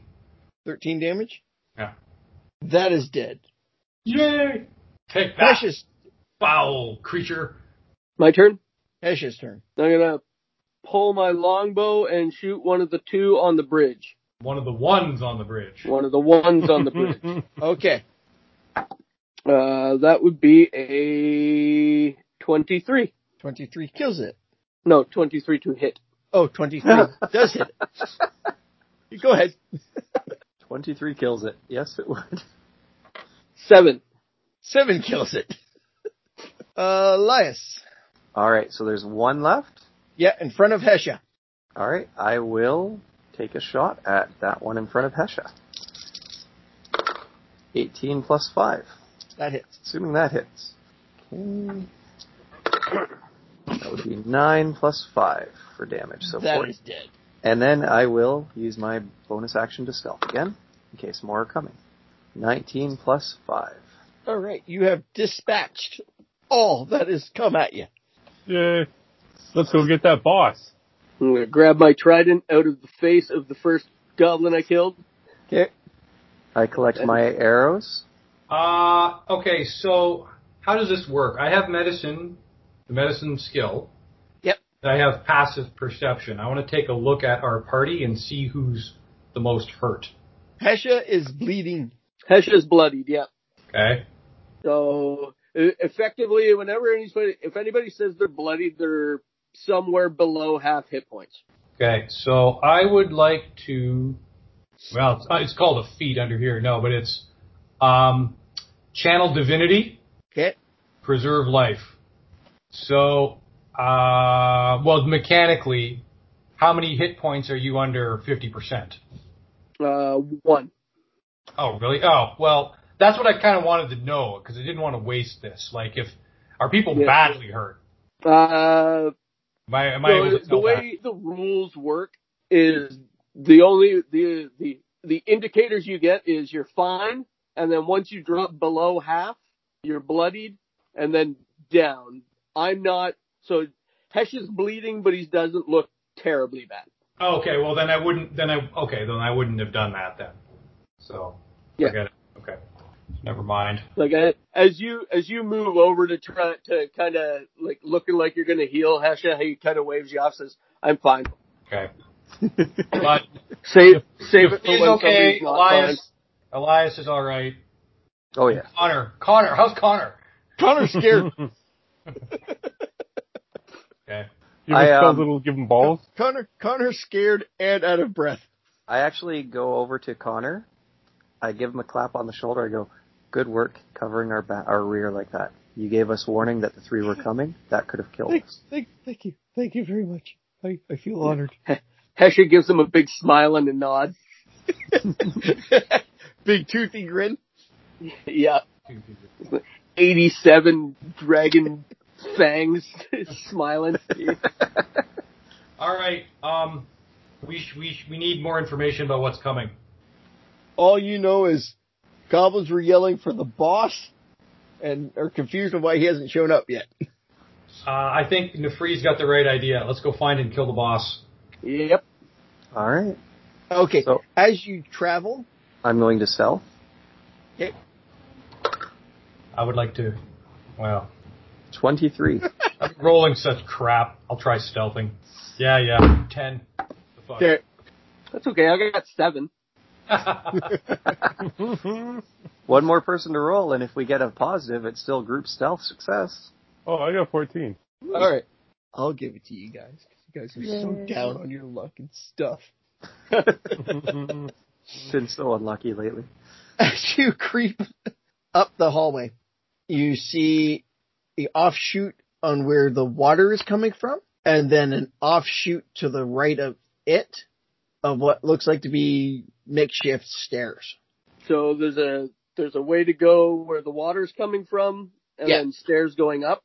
Speaker 2: 13 damage?
Speaker 5: Yeah.
Speaker 2: That is dead.
Speaker 5: Yay! Take that,
Speaker 2: Hesh's,
Speaker 5: foul creature.
Speaker 1: My turn.
Speaker 2: Hesh's turn.
Speaker 1: I'm gonna pull my longbow and shoot one of the two on the bridge.
Speaker 5: One of the ones on the bridge.
Speaker 1: One of the ones on the bridge.
Speaker 2: Okay.
Speaker 1: Uh, that would be a 23.
Speaker 2: 23 kills it.
Speaker 1: No, 23 to hit.
Speaker 2: Oh, 23 does hit it. Go ahead.
Speaker 3: 23 kills it. Yes, it would.
Speaker 1: Seven.
Speaker 2: Seven kills it. Uh, Elias.
Speaker 3: All right, so there's one left.
Speaker 2: Yeah, in front of Hesha.
Speaker 3: All right, I will take a shot at that one in front of Hesha. 18 plus 5,
Speaker 2: That hits.
Speaker 3: assuming that hits. Okay. That would be 9 plus 5 for damage, so
Speaker 2: That
Speaker 3: 40.
Speaker 2: is dead.
Speaker 3: And then I will use my bonus action to stealth again, in case more are coming. 19 plus 5.
Speaker 2: All right, you have dispatched all that has come at you.
Speaker 4: Yay. Let's go get that boss.
Speaker 1: I'm gonna grab my trident out of the face of the first goblin I killed.
Speaker 2: Okay.
Speaker 3: I collect my arrows.
Speaker 5: Uh, okay, so how does this work? I have medicine, the medicine skill.
Speaker 2: Yep.
Speaker 5: And I have passive perception. I want to take a look at our party and see who's the most hurt.
Speaker 2: Hesha is bleeding.
Speaker 1: Hesha's bloodied, yeah.
Speaker 5: Okay.
Speaker 1: So e- effectively, whenever anybody, if anybody says they're bloodied, they're somewhere below half hit points.
Speaker 5: Okay, so I would like to. Well, it's, uh, it's called a feat under here. No, but it's um, channel divinity,
Speaker 2: Okay.
Speaker 5: preserve life. So, uh, well, mechanically, how many hit points are you under fifty percent?
Speaker 1: Uh, one.
Speaker 5: Oh, really? Oh, well, that's what I kind of wanted to know because I didn't want to waste this. Like, if are people
Speaker 1: Yeah.
Speaker 5: badly hurt?
Speaker 1: Uh,
Speaker 5: Am I, am I
Speaker 1: So
Speaker 5: able to
Speaker 1: the
Speaker 5: tell that?
Speaker 1: way the rules work is the only the the the indicators you get is you're fine, and then once you drop below half, you're bloodied, and then down. I'm not. So Hesh is bleeding, but he doesn't look terribly bad.
Speaker 5: Okay, well then I wouldn't. Then I okay. Then I wouldn't have done that then. So
Speaker 1: Yeah.
Speaker 5: forget it. Okay, never mind.
Speaker 1: Like I, as you as you move over to try to kind of like looking like you're gonna heal Hesha, he kind of waves you off, says, "I'm fine.
Speaker 5: Okay, but
Speaker 1: Save save it for
Speaker 5: he's
Speaker 1: when
Speaker 5: okay.
Speaker 1: somebody's not fine."
Speaker 5: Elias, Elias is all right.
Speaker 3: Oh, yeah.
Speaker 5: Connor, Connor, how's Connor?
Speaker 2: Connor's scared.
Speaker 5: Okay,
Speaker 4: You
Speaker 3: I,
Speaker 4: just
Speaker 3: um,
Speaker 4: felt little give him balls.
Speaker 2: Connor, Connor's scared and out of breath.
Speaker 3: I actually go over to Connor. I give him a clap on the shoulder. I go, "Good work covering our ba- our rear like that. You gave us warning that the three were coming. That could have killed us."
Speaker 2: thank, thank you, thank you very much. I, I feel honored.
Speaker 1: Hesha gives him a big smile and a nod.
Speaker 2: Big toothy grin.
Speaker 1: Yeah. 87 dragon fangs smiling.
Speaker 5: all right. Um, we sh- we sh- we need more information about what's coming.
Speaker 2: All you know is goblins were yelling for the boss, and are confused on why he hasn't shown up yet.
Speaker 5: Uh, I think Nefri's got the right idea. Let's go find and kill the boss.
Speaker 1: Yep.
Speaker 3: All right.
Speaker 2: Okay,
Speaker 3: So-
Speaker 2: as you travel,
Speaker 3: I'm going to stealth.
Speaker 5: I would like to. Well,
Speaker 3: Twenty-three.
Speaker 5: I'm rolling such crap. I'll try stealthing. Yeah, yeah. Ten. The fuck.
Speaker 2: there,
Speaker 1: That's okay. I got seven.
Speaker 4: Oh,
Speaker 3: One more person to roll, and if we get a positive, it's still group stealth success.
Speaker 4: Oh, I got 14.
Speaker 2: All right. I'll give it to you guys. 'cause You guys are so down on your luck and stuff.
Speaker 3: Been so unlucky lately.
Speaker 2: As you creep up the hallway, you see the offshoot on where the water is coming from, and then an offshoot to the right of it of what looks like to be makeshift stairs.
Speaker 1: So there's a there's a way to go where the water's coming from and
Speaker 2: Yeah.
Speaker 1: then stairs going up.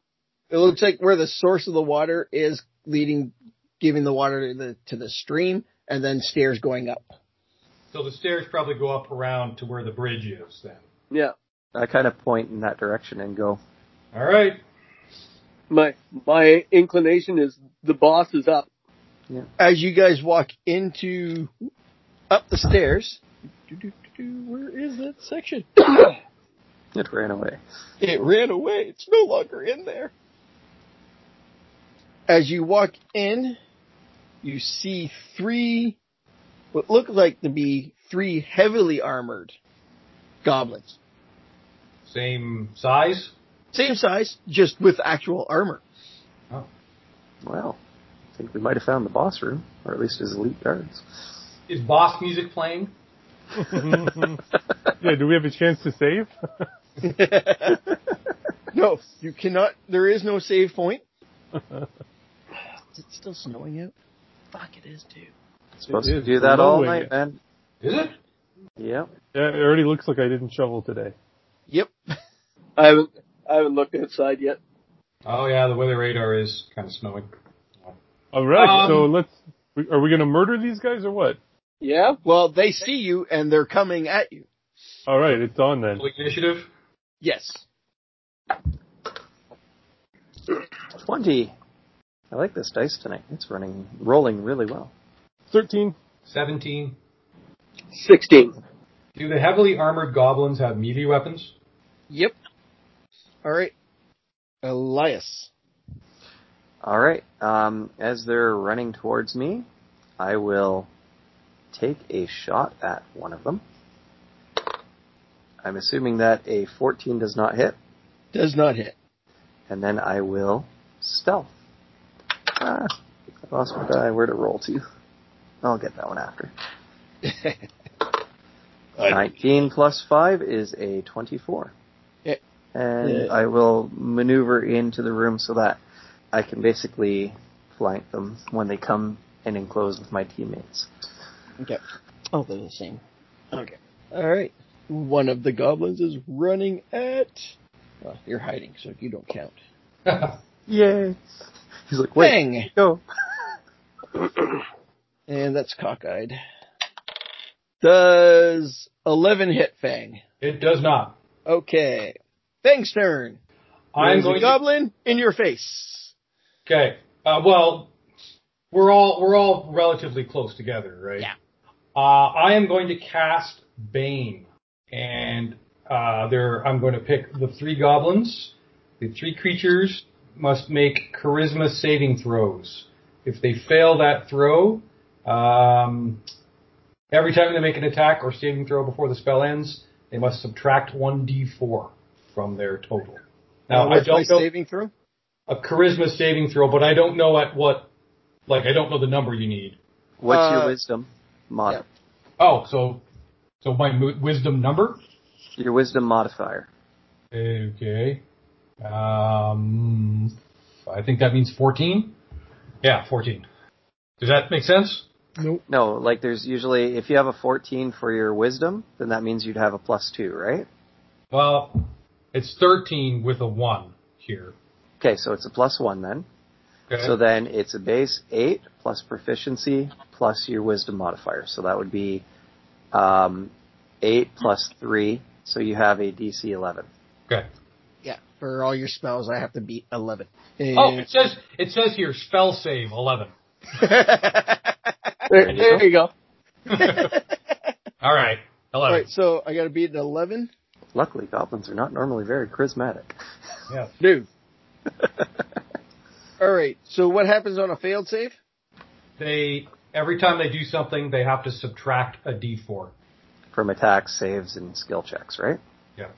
Speaker 2: It looks like where the source of the water is leading, giving the water to the, to the stream, and then stairs going up.
Speaker 5: So the stairs probably go up around to where the bridge is then.
Speaker 1: Yeah.
Speaker 3: I kind of point in that direction and go,
Speaker 5: All right.
Speaker 1: My my inclination is the boss is up.
Speaker 2: as you guys walk into up the stairs, where is that section?
Speaker 3: It ran away.
Speaker 2: It ran away. It's no longer in there. As you walk in, you see three, what look like to be three heavily armored goblins.
Speaker 5: Same size.
Speaker 2: Same size, just with actual armor.
Speaker 3: Well, I think we might have found the boss room, or at least his elite guards.
Speaker 5: Is boss music playing?
Speaker 4: Mm-hmm. Yeah, do we have a chance to save?
Speaker 2: No, you cannot. There is no save point. is it still snowing out? Fuck, it is too.
Speaker 3: Supposed
Speaker 4: It
Speaker 3: to
Speaker 4: is
Speaker 3: do that all
Speaker 4: blowing
Speaker 3: night,
Speaker 4: it.
Speaker 3: man.
Speaker 5: Is it?
Speaker 3: Yep.
Speaker 4: yeah, it already looks like I didn't shovel today.
Speaker 2: Yep.
Speaker 1: I haven't I haven't looked outside yet.
Speaker 5: Oh yeah, the weather radar is kind of snowing.
Speaker 4: All right,
Speaker 5: Um,
Speaker 4: so let's. Are we going to murder these guys or what?
Speaker 1: Yeah.
Speaker 2: Well, they see you and they're coming at you.
Speaker 4: All right, it's on then.
Speaker 5: Public initiative.
Speaker 2: Yes.
Speaker 3: Twenty. I like this dice tonight. It's running, rolling really well.
Speaker 4: Thirteen.
Speaker 5: Seventeen.
Speaker 1: Sixteen.
Speaker 5: Do the heavily armored goblins have melee weapons?
Speaker 2: Yep. All right. Elias.
Speaker 3: All right. Um, as they're running towards me, I will take a shot at one of them. I'm assuming that a 14 does not hit,
Speaker 2: Does not hit.
Speaker 3: and then I will stealth. Ah, I lost my die. Where to roll to? I'll get that one after. 19 plus 5 is a 24.
Speaker 2: Yeah.
Speaker 3: And
Speaker 2: Yeah.
Speaker 3: I will maneuver into the room so that I can basically flank them when they come and enclose with my teammates.
Speaker 2: Okay. Oh, they're the same. Okay. All right. One of the goblins is running at. Well, you're hiding, so you don't count.
Speaker 3: Yay! He's like, wait,
Speaker 2: Bang!
Speaker 3: go.
Speaker 2: And that's cockeyed. Does 11 hit Fang?
Speaker 5: It does not.
Speaker 2: Okay. Fang's turn.
Speaker 5: I'm
Speaker 2: There's a
Speaker 5: going. To,
Speaker 2: goblin in your face.
Speaker 5: okay. Uh, well, we're all we're all relatively close together, right?
Speaker 2: Yeah.
Speaker 5: Uh, I am going to cast Bane, and uh, there I'm going to pick the three goblins. The three creatures must make charisma saving throws. If they fail that throw, um, every time they make an attack or saving throw before the spell ends, they must subtract one d4 from their total. Now I
Speaker 2: What's my
Speaker 5: don't know
Speaker 2: saving throw?
Speaker 5: a charisma saving throw, but I don't know at what. Like I don't know the number you need.
Speaker 3: What's
Speaker 2: Uh,
Speaker 3: your wisdom mod?
Speaker 5: Oh, so so my mo- wisdom number.
Speaker 3: Your wisdom modifier.
Speaker 5: Okay. Um, I think that means 14. Yeah, 14. Does that make sense?
Speaker 3: No, like there's usually, if you have a 14 for your wisdom, then that means you'd have a plus 2, right?
Speaker 5: Well, it's 13 with a 1 here.
Speaker 3: Okay, so it's a plus 1 then.
Speaker 5: Okay.
Speaker 3: So then it's a base eight plus proficiency plus your wisdom modifier. So that would be um, eight plus three. So you have a DC eleven.
Speaker 5: okay.
Speaker 2: Yeah, for all your spells, I have to beat 11.
Speaker 5: Oh, it says it says here spell save 11.
Speaker 1: There, there you go.
Speaker 5: All right. 11.
Speaker 2: Alright, so I gotta beat an 11.
Speaker 3: Luckily, goblins are not normally very charismatic.
Speaker 5: Yeah.
Speaker 2: Dude. Alright, so what happens on a failed save?
Speaker 5: They every time they do something, they have to subtract a d4.
Speaker 3: From attacks, saves, and skill checks, right?
Speaker 5: Yeah.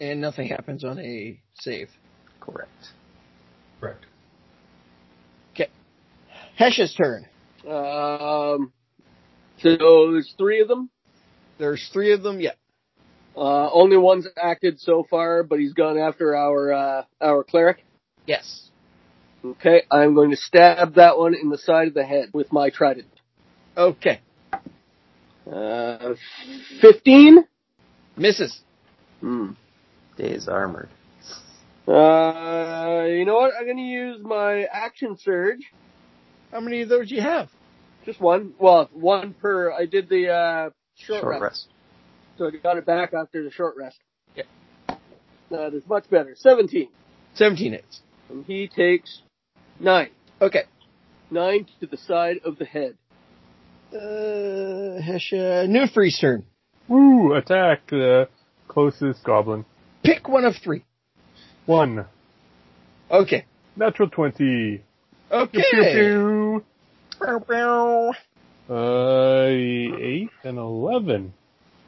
Speaker 2: And nothing happens on a save.
Speaker 3: Correct.
Speaker 5: Correct.
Speaker 2: Hesh's turn.
Speaker 1: Um, so there's three of them.
Speaker 2: There's three of them, yeah.
Speaker 1: Uh, only one's acted so far, but he's gone after our uh, our cleric.
Speaker 2: Yes.
Speaker 1: Okay, I'm going to stab that one in the side of the head with my trident.
Speaker 2: Okay.
Speaker 1: Uh, fifteen.
Speaker 2: Misses.
Speaker 1: Hmm.
Speaker 3: Days armored.
Speaker 1: Uh, you know what? I'm going to use my action surge.
Speaker 2: How many of those do you have?
Speaker 1: Just one. Well, one per. I did the uh, short,
Speaker 3: Short
Speaker 1: rest,
Speaker 3: rest.
Speaker 1: so I got it back after the short rest. Yeah, that is much better. Seventeen,
Speaker 2: 17 hits.
Speaker 1: and he takes nine.
Speaker 2: Okay.
Speaker 1: Nine to the side of the head.
Speaker 2: Uh, Hesh, uh, Newfrie's turn.
Speaker 4: Woo! Attack the closest goblin.
Speaker 2: Pick one of three.
Speaker 4: One.
Speaker 2: Okay.
Speaker 4: Natural 20. Pew, pew,
Speaker 2: Okay.
Speaker 4: pew. Uh, 8 and 11.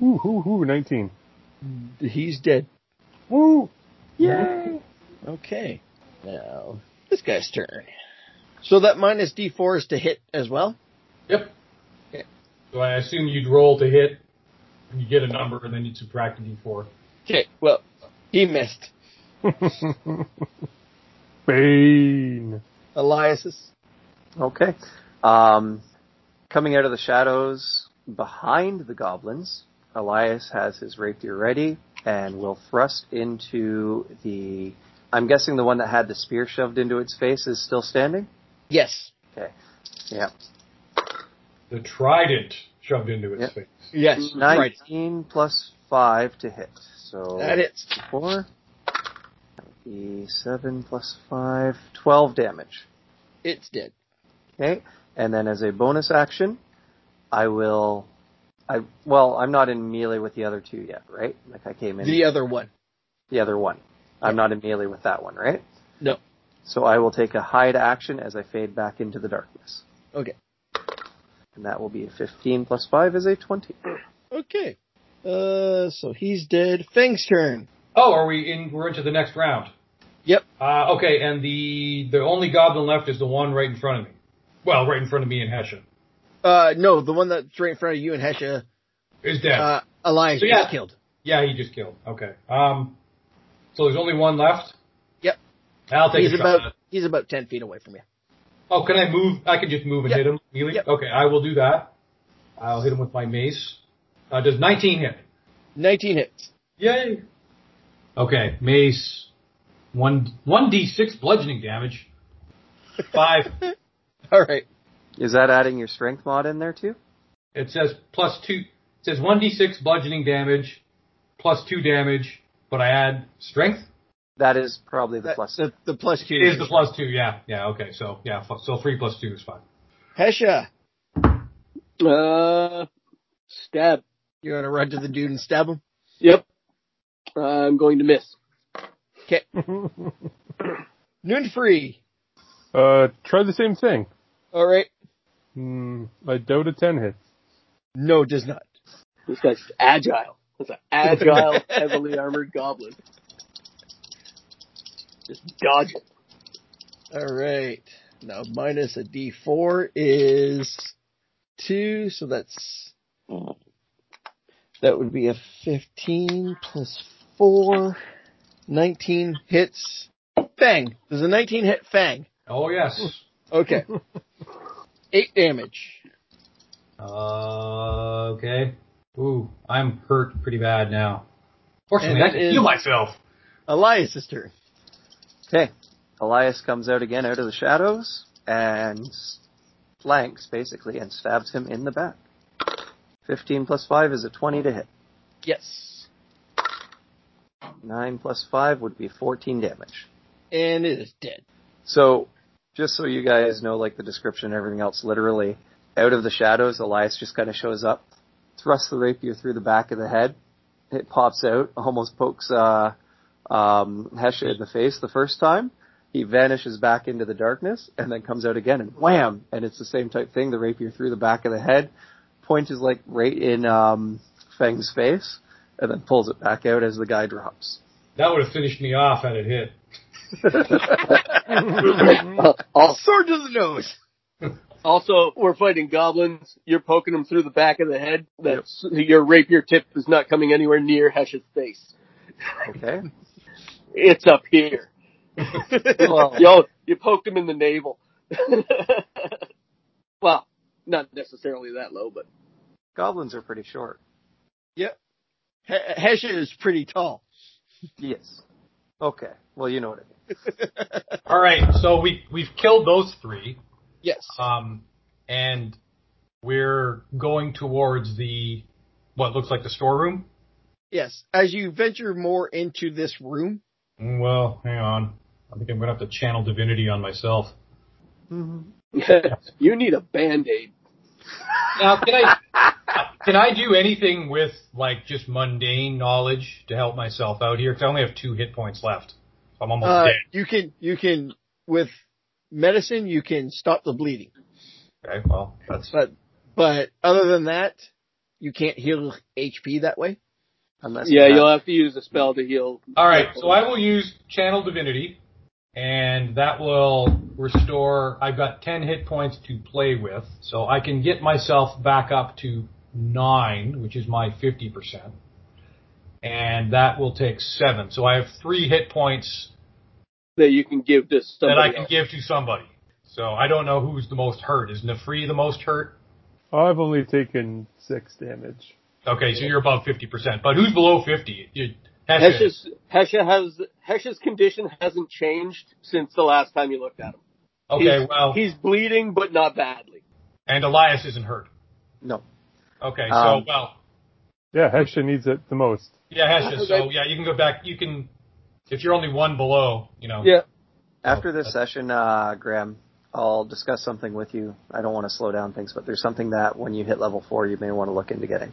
Speaker 4: Ooh, ooh, ooh, 19.
Speaker 2: He's dead.
Speaker 4: Woo!
Speaker 3: Yay!
Speaker 2: Okay. Now, this guy's turn. So that minus D4 is to hit as well?
Speaker 5: Yep. So I assume you'd roll to hit, you get a number, and then you'd subtract a d4.
Speaker 2: Okay. Well, he missed.
Speaker 4: Bane.
Speaker 2: Elias's.
Speaker 3: Okay. Um, coming out of the shadows behind the goblins, Elias has his rapier ready and will thrust into the. I'm guessing the one that had the spear shoved into its face is still standing?
Speaker 2: Yes.
Speaker 3: Yeah.
Speaker 5: The trident shoved into its
Speaker 3: Yep.
Speaker 5: face.
Speaker 2: Yes. Right.
Speaker 3: 19 plus 5 to hit. So
Speaker 2: That hits.
Speaker 3: 4. E 7 plus 5. 12 damage.
Speaker 2: It's dead.
Speaker 3: Okay, and then as a bonus action, I will. I well, I'm not in melee with the other two yet, right? Like I came in
Speaker 2: The other one.
Speaker 3: the other one. I'm not in melee with that one, right?
Speaker 2: No.
Speaker 3: So I will take a hide action as I fade back into the darkness,
Speaker 2: Okay.
Speaker 3: and that will be a 15 plus five is a 20.
Speaker 2: Okay. Uh, so he's dead. Fang's turn.
Speaker 5: Oh, are we in? We're into the next round.
Speaker 2: Yep.
Speaker 5: Uh, okay, and the the only goblin left is the one right in front of me. Well, right in front of me in Hessian
Speaker 2: Uh, no, the one that's right in front of you and Hesha,
Speaker 5: is dead.
Speaker 2: uh, Elias
Speaker 5: So, yeah.
Speaker 2: was killed.
Speaker 5: yeah, he just killed. Okay. Um. So there's only one left.
Speaker 2: Yep.
Speaker 5: I'll take
Speaker 2: He's
Speaker 5: a shot. at
Speaker 2: about, he's about 10 feet away from you.
Speaker 5: it. Oh, can I move? I can just move and
Speaker 2: Yep.
Speaker 5: hit him. Really?
Speaker 2: Yep.
Speaker 5: Okay, I will do that. I'll hit him with my mace. Uh, does 19 hit?
Speaker 2: 19 hits.
Speaker 5: Yay. Okay, mace. One one d six bludgeoning damage. Five.
Speaker 2: All right.
Speaker 3: Is that adding your strength mod in there too?
Speaker 5: It says plus two. It says one d six bludgeoning damage, plus two damage, but I add strength.
Speaker 3: That is probably the
Speaker 2: That-
Speaker 3: plus.
Speaker 2: the, the plus two.
Speaker 5: It is the plus two. Yeah, yeah. Okay, so yeah, fu- so three plus two is five.
Speaker 2: Hesha,
Speaker 1: Uh, stab.
Speaker 2: you want to run to the dude and stab him?
Speaker 1: Yep. I'm going to miss.
Speaker 2: Noon free.
Speaker 4: uh, try the same thing.
Speaker 2: All right.
Speaker 4: Hmm, I doubt a 10 hits.
Speaker 2: No, does not.
Speaker 1: This guy's agile. That's an agile, heavily armored goblin. Just dodge it.
Speaker 2: All right. Now minus a D4 is two, so that's that would be a 15 plus four, 19 hits. Fang. There's a 19 hit Fang.
Speaker 5: Oh yes.
Speaker 2: Okay. Eight damage.
Speaker 5: Uh, okay. Ooh, I'm hurt pretty bad now. Fortunately,
Speaker 2: And
Speaker 5: I
Speaker 2: it
Speaker 5: can
Speaker 2: is-
Speaker 5: heal myself.
Speaker 2: Elias' turn.
Speaker 3: Okay, Elias comes out again out of the shadows and flanks basically and stabs him in the back. 15 plus 5 is a 20 to hit.
Speaker 2: Yes.
Speaker 3: 9 plus 5 would be 14 damage.
Speaker 2: And it is dead.
Speaker 3: So, just so you guys know, like the description and everything else, literally, out of the shadows, Elias just kind of shows up, thrusts the rapier through the back of the head. It pops out, almost pokes uh, um, Hesha in the face the first time. He vanishes back into the darkness and then comes out again and wham! And it's the same type thing. The rapier through the back of the head, point is like right in um, Feng's face, and then pulls it back out as the guy drops.
Speaker 5: That would have finished me off had it hit.
Speaker 1: Also,
Speaker 2: Oh, Sword to the nose.
Speaker 1: also, we're fighting goblins. You're poking them through the back of the head. That's your rapier tip is not coming anywhere near Hesh's face.
Speaker 3: Okay.
Speaker 1: It's up here.
Speaker 3: Well,
Speaker 1: Yo, you poked him in the navel. well, not necessarily that low, but
Speaker 3: goblins are pretty short.
Speaker 2: He- Hesha is pretty tall.
Speaker 3: Yes. Okay. Well, you know what I mean.
Speaker 5: All right, so we we've killed those three,
Speaker 2: Yes.
Speaker 5: um, and we're going towards the what looks like the storeroom.
Speaker 2: Yes. As you venture more into this room,
Speaker 5: Mm, Well, hang on. I think I'm gonna have to channel divinity on myself.
Speaker 1: you need a band aid.
Speaker 5: Now, can I? Can I do anything with like just mundane knowledge to help myself out here? Because I only have two hit points left. I'm almost
Speaker 2: Uh,
Speaker 5: dead.
Speaker 2: you can you can with medicine you can stop the bleeding,
Speaker 5: Okay, well that's
Speaker 2: but but other than that, you can't heal HP that way. Unless
Speaker 1: Yeah,
Speaker 2: you
Speaker 1: you'll have to use a spell to heal.
Speaker 5: all right. So I will use channel divinity, and that will restore. I've got ten hit points to play with, so I can get myself back up to nine, which is my fifty percent, and that will take seven. So I have three hit points
Speaker 1: that you can give to
Speaker 5: that I
Speaker 1: somebody.
Speaker 5: can
Speaker 1: else.
Speaker 5: give to somebody. So I don't know who's the most hurt. Is Nafri the most hurt?
Speaker 4: I've only taken six damage.
Speaker 5: Okay, so you're above fifty percent, but who's below fifty? You- Hesha.
Speaker 1: Hesh's, Hesha has Hesh's condition hasn't changed since the last time you looked at him.
Speaker 5: okay,
Speaker 1: he's,
Speaker 5: well,
Speaker 1: he's bleeding, but not badly.
Speaker 5: and Elias isn't hurt.
Speaker 3: No.
Speaker 5: Okay, so
Speaker 3: Um,
Speaker 5: well,
Speaker 4: Yeah, Hesha needs it the most.
Speaker 5: yeah, Hesha. So
Speaker 1: Okay.
Speaker 5: yeah, you can go back. You can if you're only one below, you know.
Speaker 1: Yeah,
Speaker 3: After this
Speaker 5: that's-
Speaker 3: session, uh, Graham, I'll discuss something with you. I don't want to slow down things, but there's something that when you hit level four, you may want to look into getting.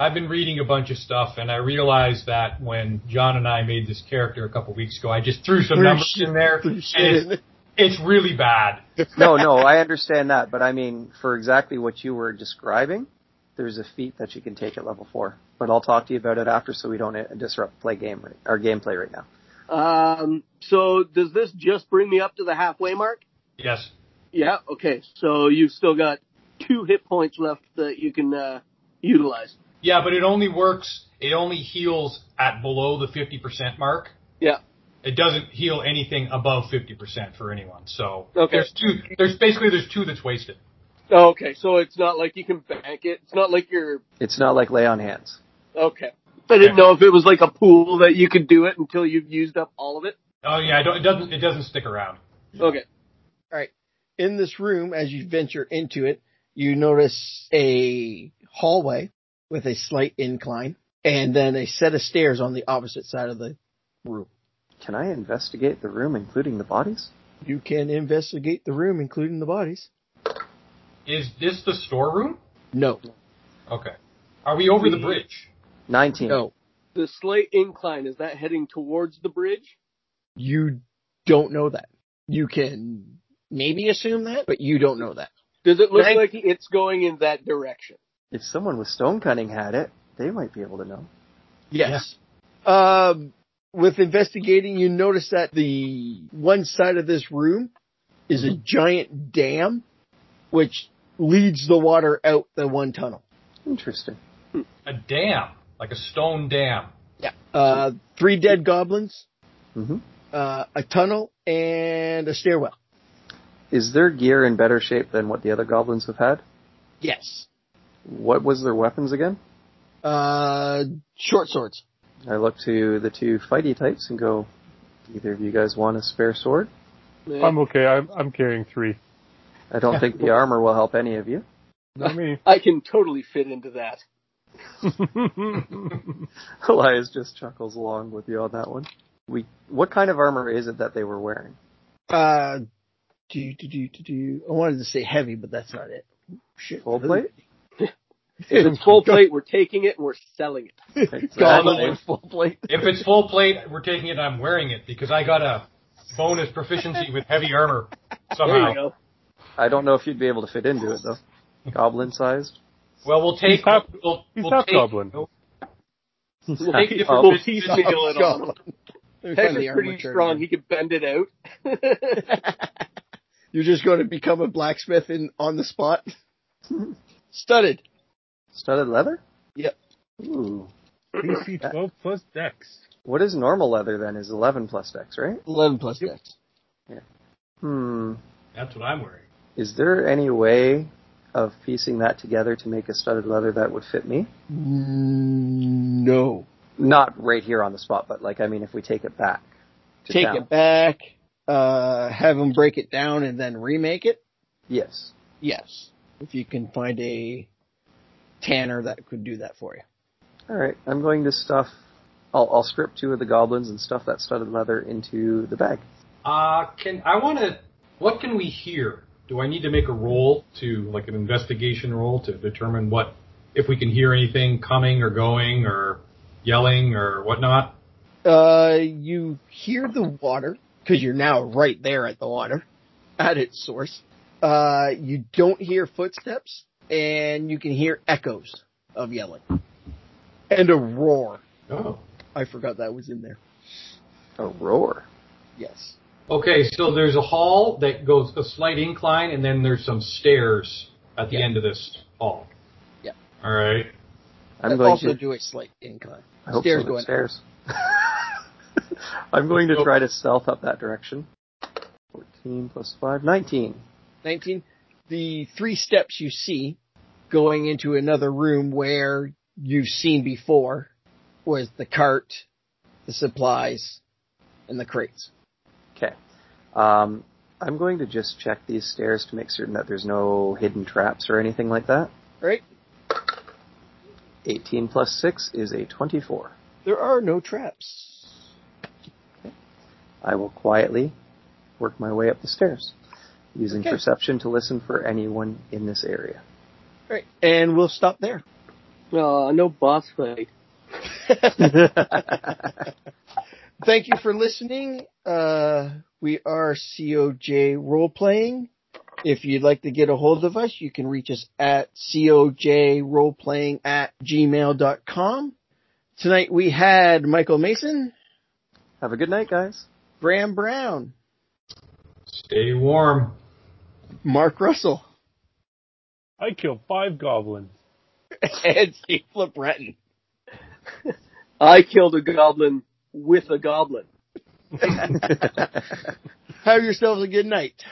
Speaker 5: I've been reading a bunch of stuff, and I realized that when John and I made this character a couple weeks ago, I just threw some
Speaker 2: Threw
Speaker 5: numbers
Speaker 2: shit-
Speaker 5: in there.
Speaker 2: threw
Speaker 5: and
Speaker 2: shit in
Speaker 5: it's,
Speaker 2: there.
Speaker 5: it's really bad.
Speaker 3: No, no, I understand that, but I mean, for exactly what you were describing, there's a feat that you can take at level four. But I'll talk to you about it after, so we don't uh, disrupt play game right, or gameplay right now.
Speaker 1: Um, so does this just bring me up to the halfway mark?
Speaker 5: Yes.
Speaker 1: Yeah. Okay. So you've still got two hit points left that you can uh, utilize.
Speaker 5: Yeah, but it only works. It only heals at below the fifty percent mark.
Speaker 1: Yeah.
Speaker 5: It doesn't heal anything above fifty percent for anyone. So
Speaker 1: Okay.
Speaker 5: there's two. There's basically there's two that's wasted.
Speaker 1: Okay. So it's not like you can bank it. It's not like you're
Speaker 3: It's not like lay on hands.
Speaker 1: okay. I didn't know if it was like a pool that you could do it until you've used up all of it.
Speaker 5: Oh yeah, I don't, it doesn't it doesn't stick around.
Speaker 1: Okay.
Speaker 2: All right. In this room, as you venture into it, you notice a hallway with a slight incline and then a set of stairs on the opposite side of the room.
Speaker 3: Can I investigate the room, including the bodies?
Speaker 2: You can investigate the room, including the bodies.
Speaker 5: Is this the storeroom?
Speaker 2: No,
Speaker 5: Okay. Are we over the bridge?
Speaker 3: Nineteen.
Speaker 2: no.
Speaker 1: The slight incline is that heading towards the bridge?
Speaker 2: You don't know that. You can maybe assume that, but you don't know that.
Speaker 1: Does it look
Speaker 2: Right.
Speaker 1: like it's going in that direction?
Speaker 3: If someone with stone cutting had it, they might be able to know.
Speaker 2: Yes. Um, with investigating, you notice that the one side of this room is a giant dam, which leads the water out the one tunnel.
Speaker 3: Interesting.
Speaker 5: A dam, like a stone dam.
Speaker 2: Yeah. Uh, three dead goblins,
Speaker 3: hmm
Speaker 2: uh, a tunnel, and a stairwell.
Speaker 3: Is their gear in better shape than what the other goblins have had?
Speaker 2: Yes.
Speaker 3: What was their weapons again?
Speaker 2: Uh, short swords.
Speaker 3: I look to the two fighty types and go, either of you guys want a spare sword?
Speaker 1: Yeah.
Speaker 4: I'm okay. I'm, I'm carrying three.
Speaker 3: I don't think the armor will help any of you.
Speaker 4: Not me.
Speaker 1: I can totally fit into that.
Speaker 3: Elias just chuckles along with you on that one. We, what kind of armor is it that they were wearing?
Speaker 2: Uh, do, do, do, do, do. I wanted to say heavy, but that's not it. Shit.
Speaker 3: Full plate?
Speaker 1: If it's full plate, we're taking it and we're selling it.
Speaker 2: Goblin with full plate.
Speaker 5: If it's full plate, we're taking it and I'm wearing it because I got a bonus proficiency with heavy armor
Speaker 1: There
Speaker 5: somehow.
Speaker 1: you go.
Speaker 3: I don't know if you'd be able to fit into it though. Goblin sized.
Speaker 5: Well, we'll take
Speaker 4: He's half-
Speaker 5: we'll,
Speaker 4: he's
Speaker 5: we'll
Speaker 4: half
Speaker 5: take,
Speaker 4: goblin.
Speaker 5: We'll take the
Speaker 3: Oh.
Speaker 5: proficiency
Speaker 1: He's half
Speaker 5: on it all.
Speaker 2: Goblin. Let me find
Speaker 1: Hector's
Speaker 2: the armor
Speaker 1: pretty
Speaker 2: chart
Speaker 1: strong.
Speaker 2: again.
Speaker 1: He could bend it out.
Speaker 2: You're just going to become a blacksmith in on the spot. Studded.
Speaker 3: Studded leather?
Speaker 2: Yep.
Speaker 3: Ooh.
Speaker 4: DC 12 plus dex.
Speaker 3: What is normal leather then? Is 11 plus dex, right?
Speaker 2: Eleven plus dex.
Speaker 3: Hmm.
Speaker 5: That's what I'm wearing.
Speaker 3: Is there any way of piecing that together to make a studded leather that would fit me?
Speaker 2: Mm, No.
Speaker 3: Not right here on the spot, but like I mean, if we take it back, to
Speaker 2: Take
Speaker 3: town.
Speaker 2: it back. Uh, have them break it down and then remake it.
Speaker 3: Yes.
Speaker 2: Yes. If you can find a tanner that could do that for you.
Speaker 3: All right. I'm going to stuff. I'll, I'll strip two of the goblins and stuff that studded leather into the bag.
Speaker 5: Uh, can I want to? What can we hear? Do I need to make a roll to like an investigation roll to determine what if we can hear anything coming or going or yelling or whatnot.
Speaker 2: Uh, you hear the water because you're now right there at the water, at its source. Uh, you don't hear footsteps, and you can hear echoes of yelling and a roar.
Speaker 5: Oh.
Speaker 2: I forgot that was in there.
Speaker 3: A roar.
Speaker 2: Yes.
Speaker 5: Okay, so there's a hall that goes a slight incline, and then there's some stairs at the
Speaker 2: Yeah.
Speaker 5: end of this hall.
Speaker 2: Yeah.
Speaker 5: All right.
Speaker 3: I'm
Speaker 2: That
Speaker 3: going
Speaker 2: also
Speaker 3: to
Speaker 2: do a slight incline.
Speaker 3: I hope
Speaker 2: Stairs
Speaker 3: so,
Speaker 2: going
Speaker 3: upstairs. I'm going to
Speaker 5: Go.
Speaker 3: try to stealth up that direction. 14 plus 5, 19.
Speaker 2: 19. The three steps you see going into another room where you've seen before was the cart, the supplies, and the crates.
Speaker 3: Okay. Um, I'm going to just check these stairs to make certain that there's no hidden traps or anything like that.
Speaker 2: Right?
Speaker 3: 18 plus 6 is a 24.
Speaker 2: There are no traps.
Speaker 3: I will quietly work my way up the stairs using
Speaker 2: Okay.
Speaker 3: perception to listen for anyone in this area.
Speaker 2: Right. And we'll stop there.
Speaker 1: Uh, no boss fight.
Speaker 2: Thank you for listening. Uh, we are COJ Role Playing. If you'd like to get a hold of us, you can reach us at cojroleplaying at gmail.com. Tonight we had Michael Mason,
Speaker 3: Have a good night, guys.
Speaker 2: Graham Brown,
Speaker 5: Stay warm.
Speaker 2: Mark Russell,
Speaker 4: I killed five goblins.
Speaker 2: and Steve LeBreton.
Speaker 1: I killed a goblin with a goblin.
Speaker 2: Have yourselves a good night.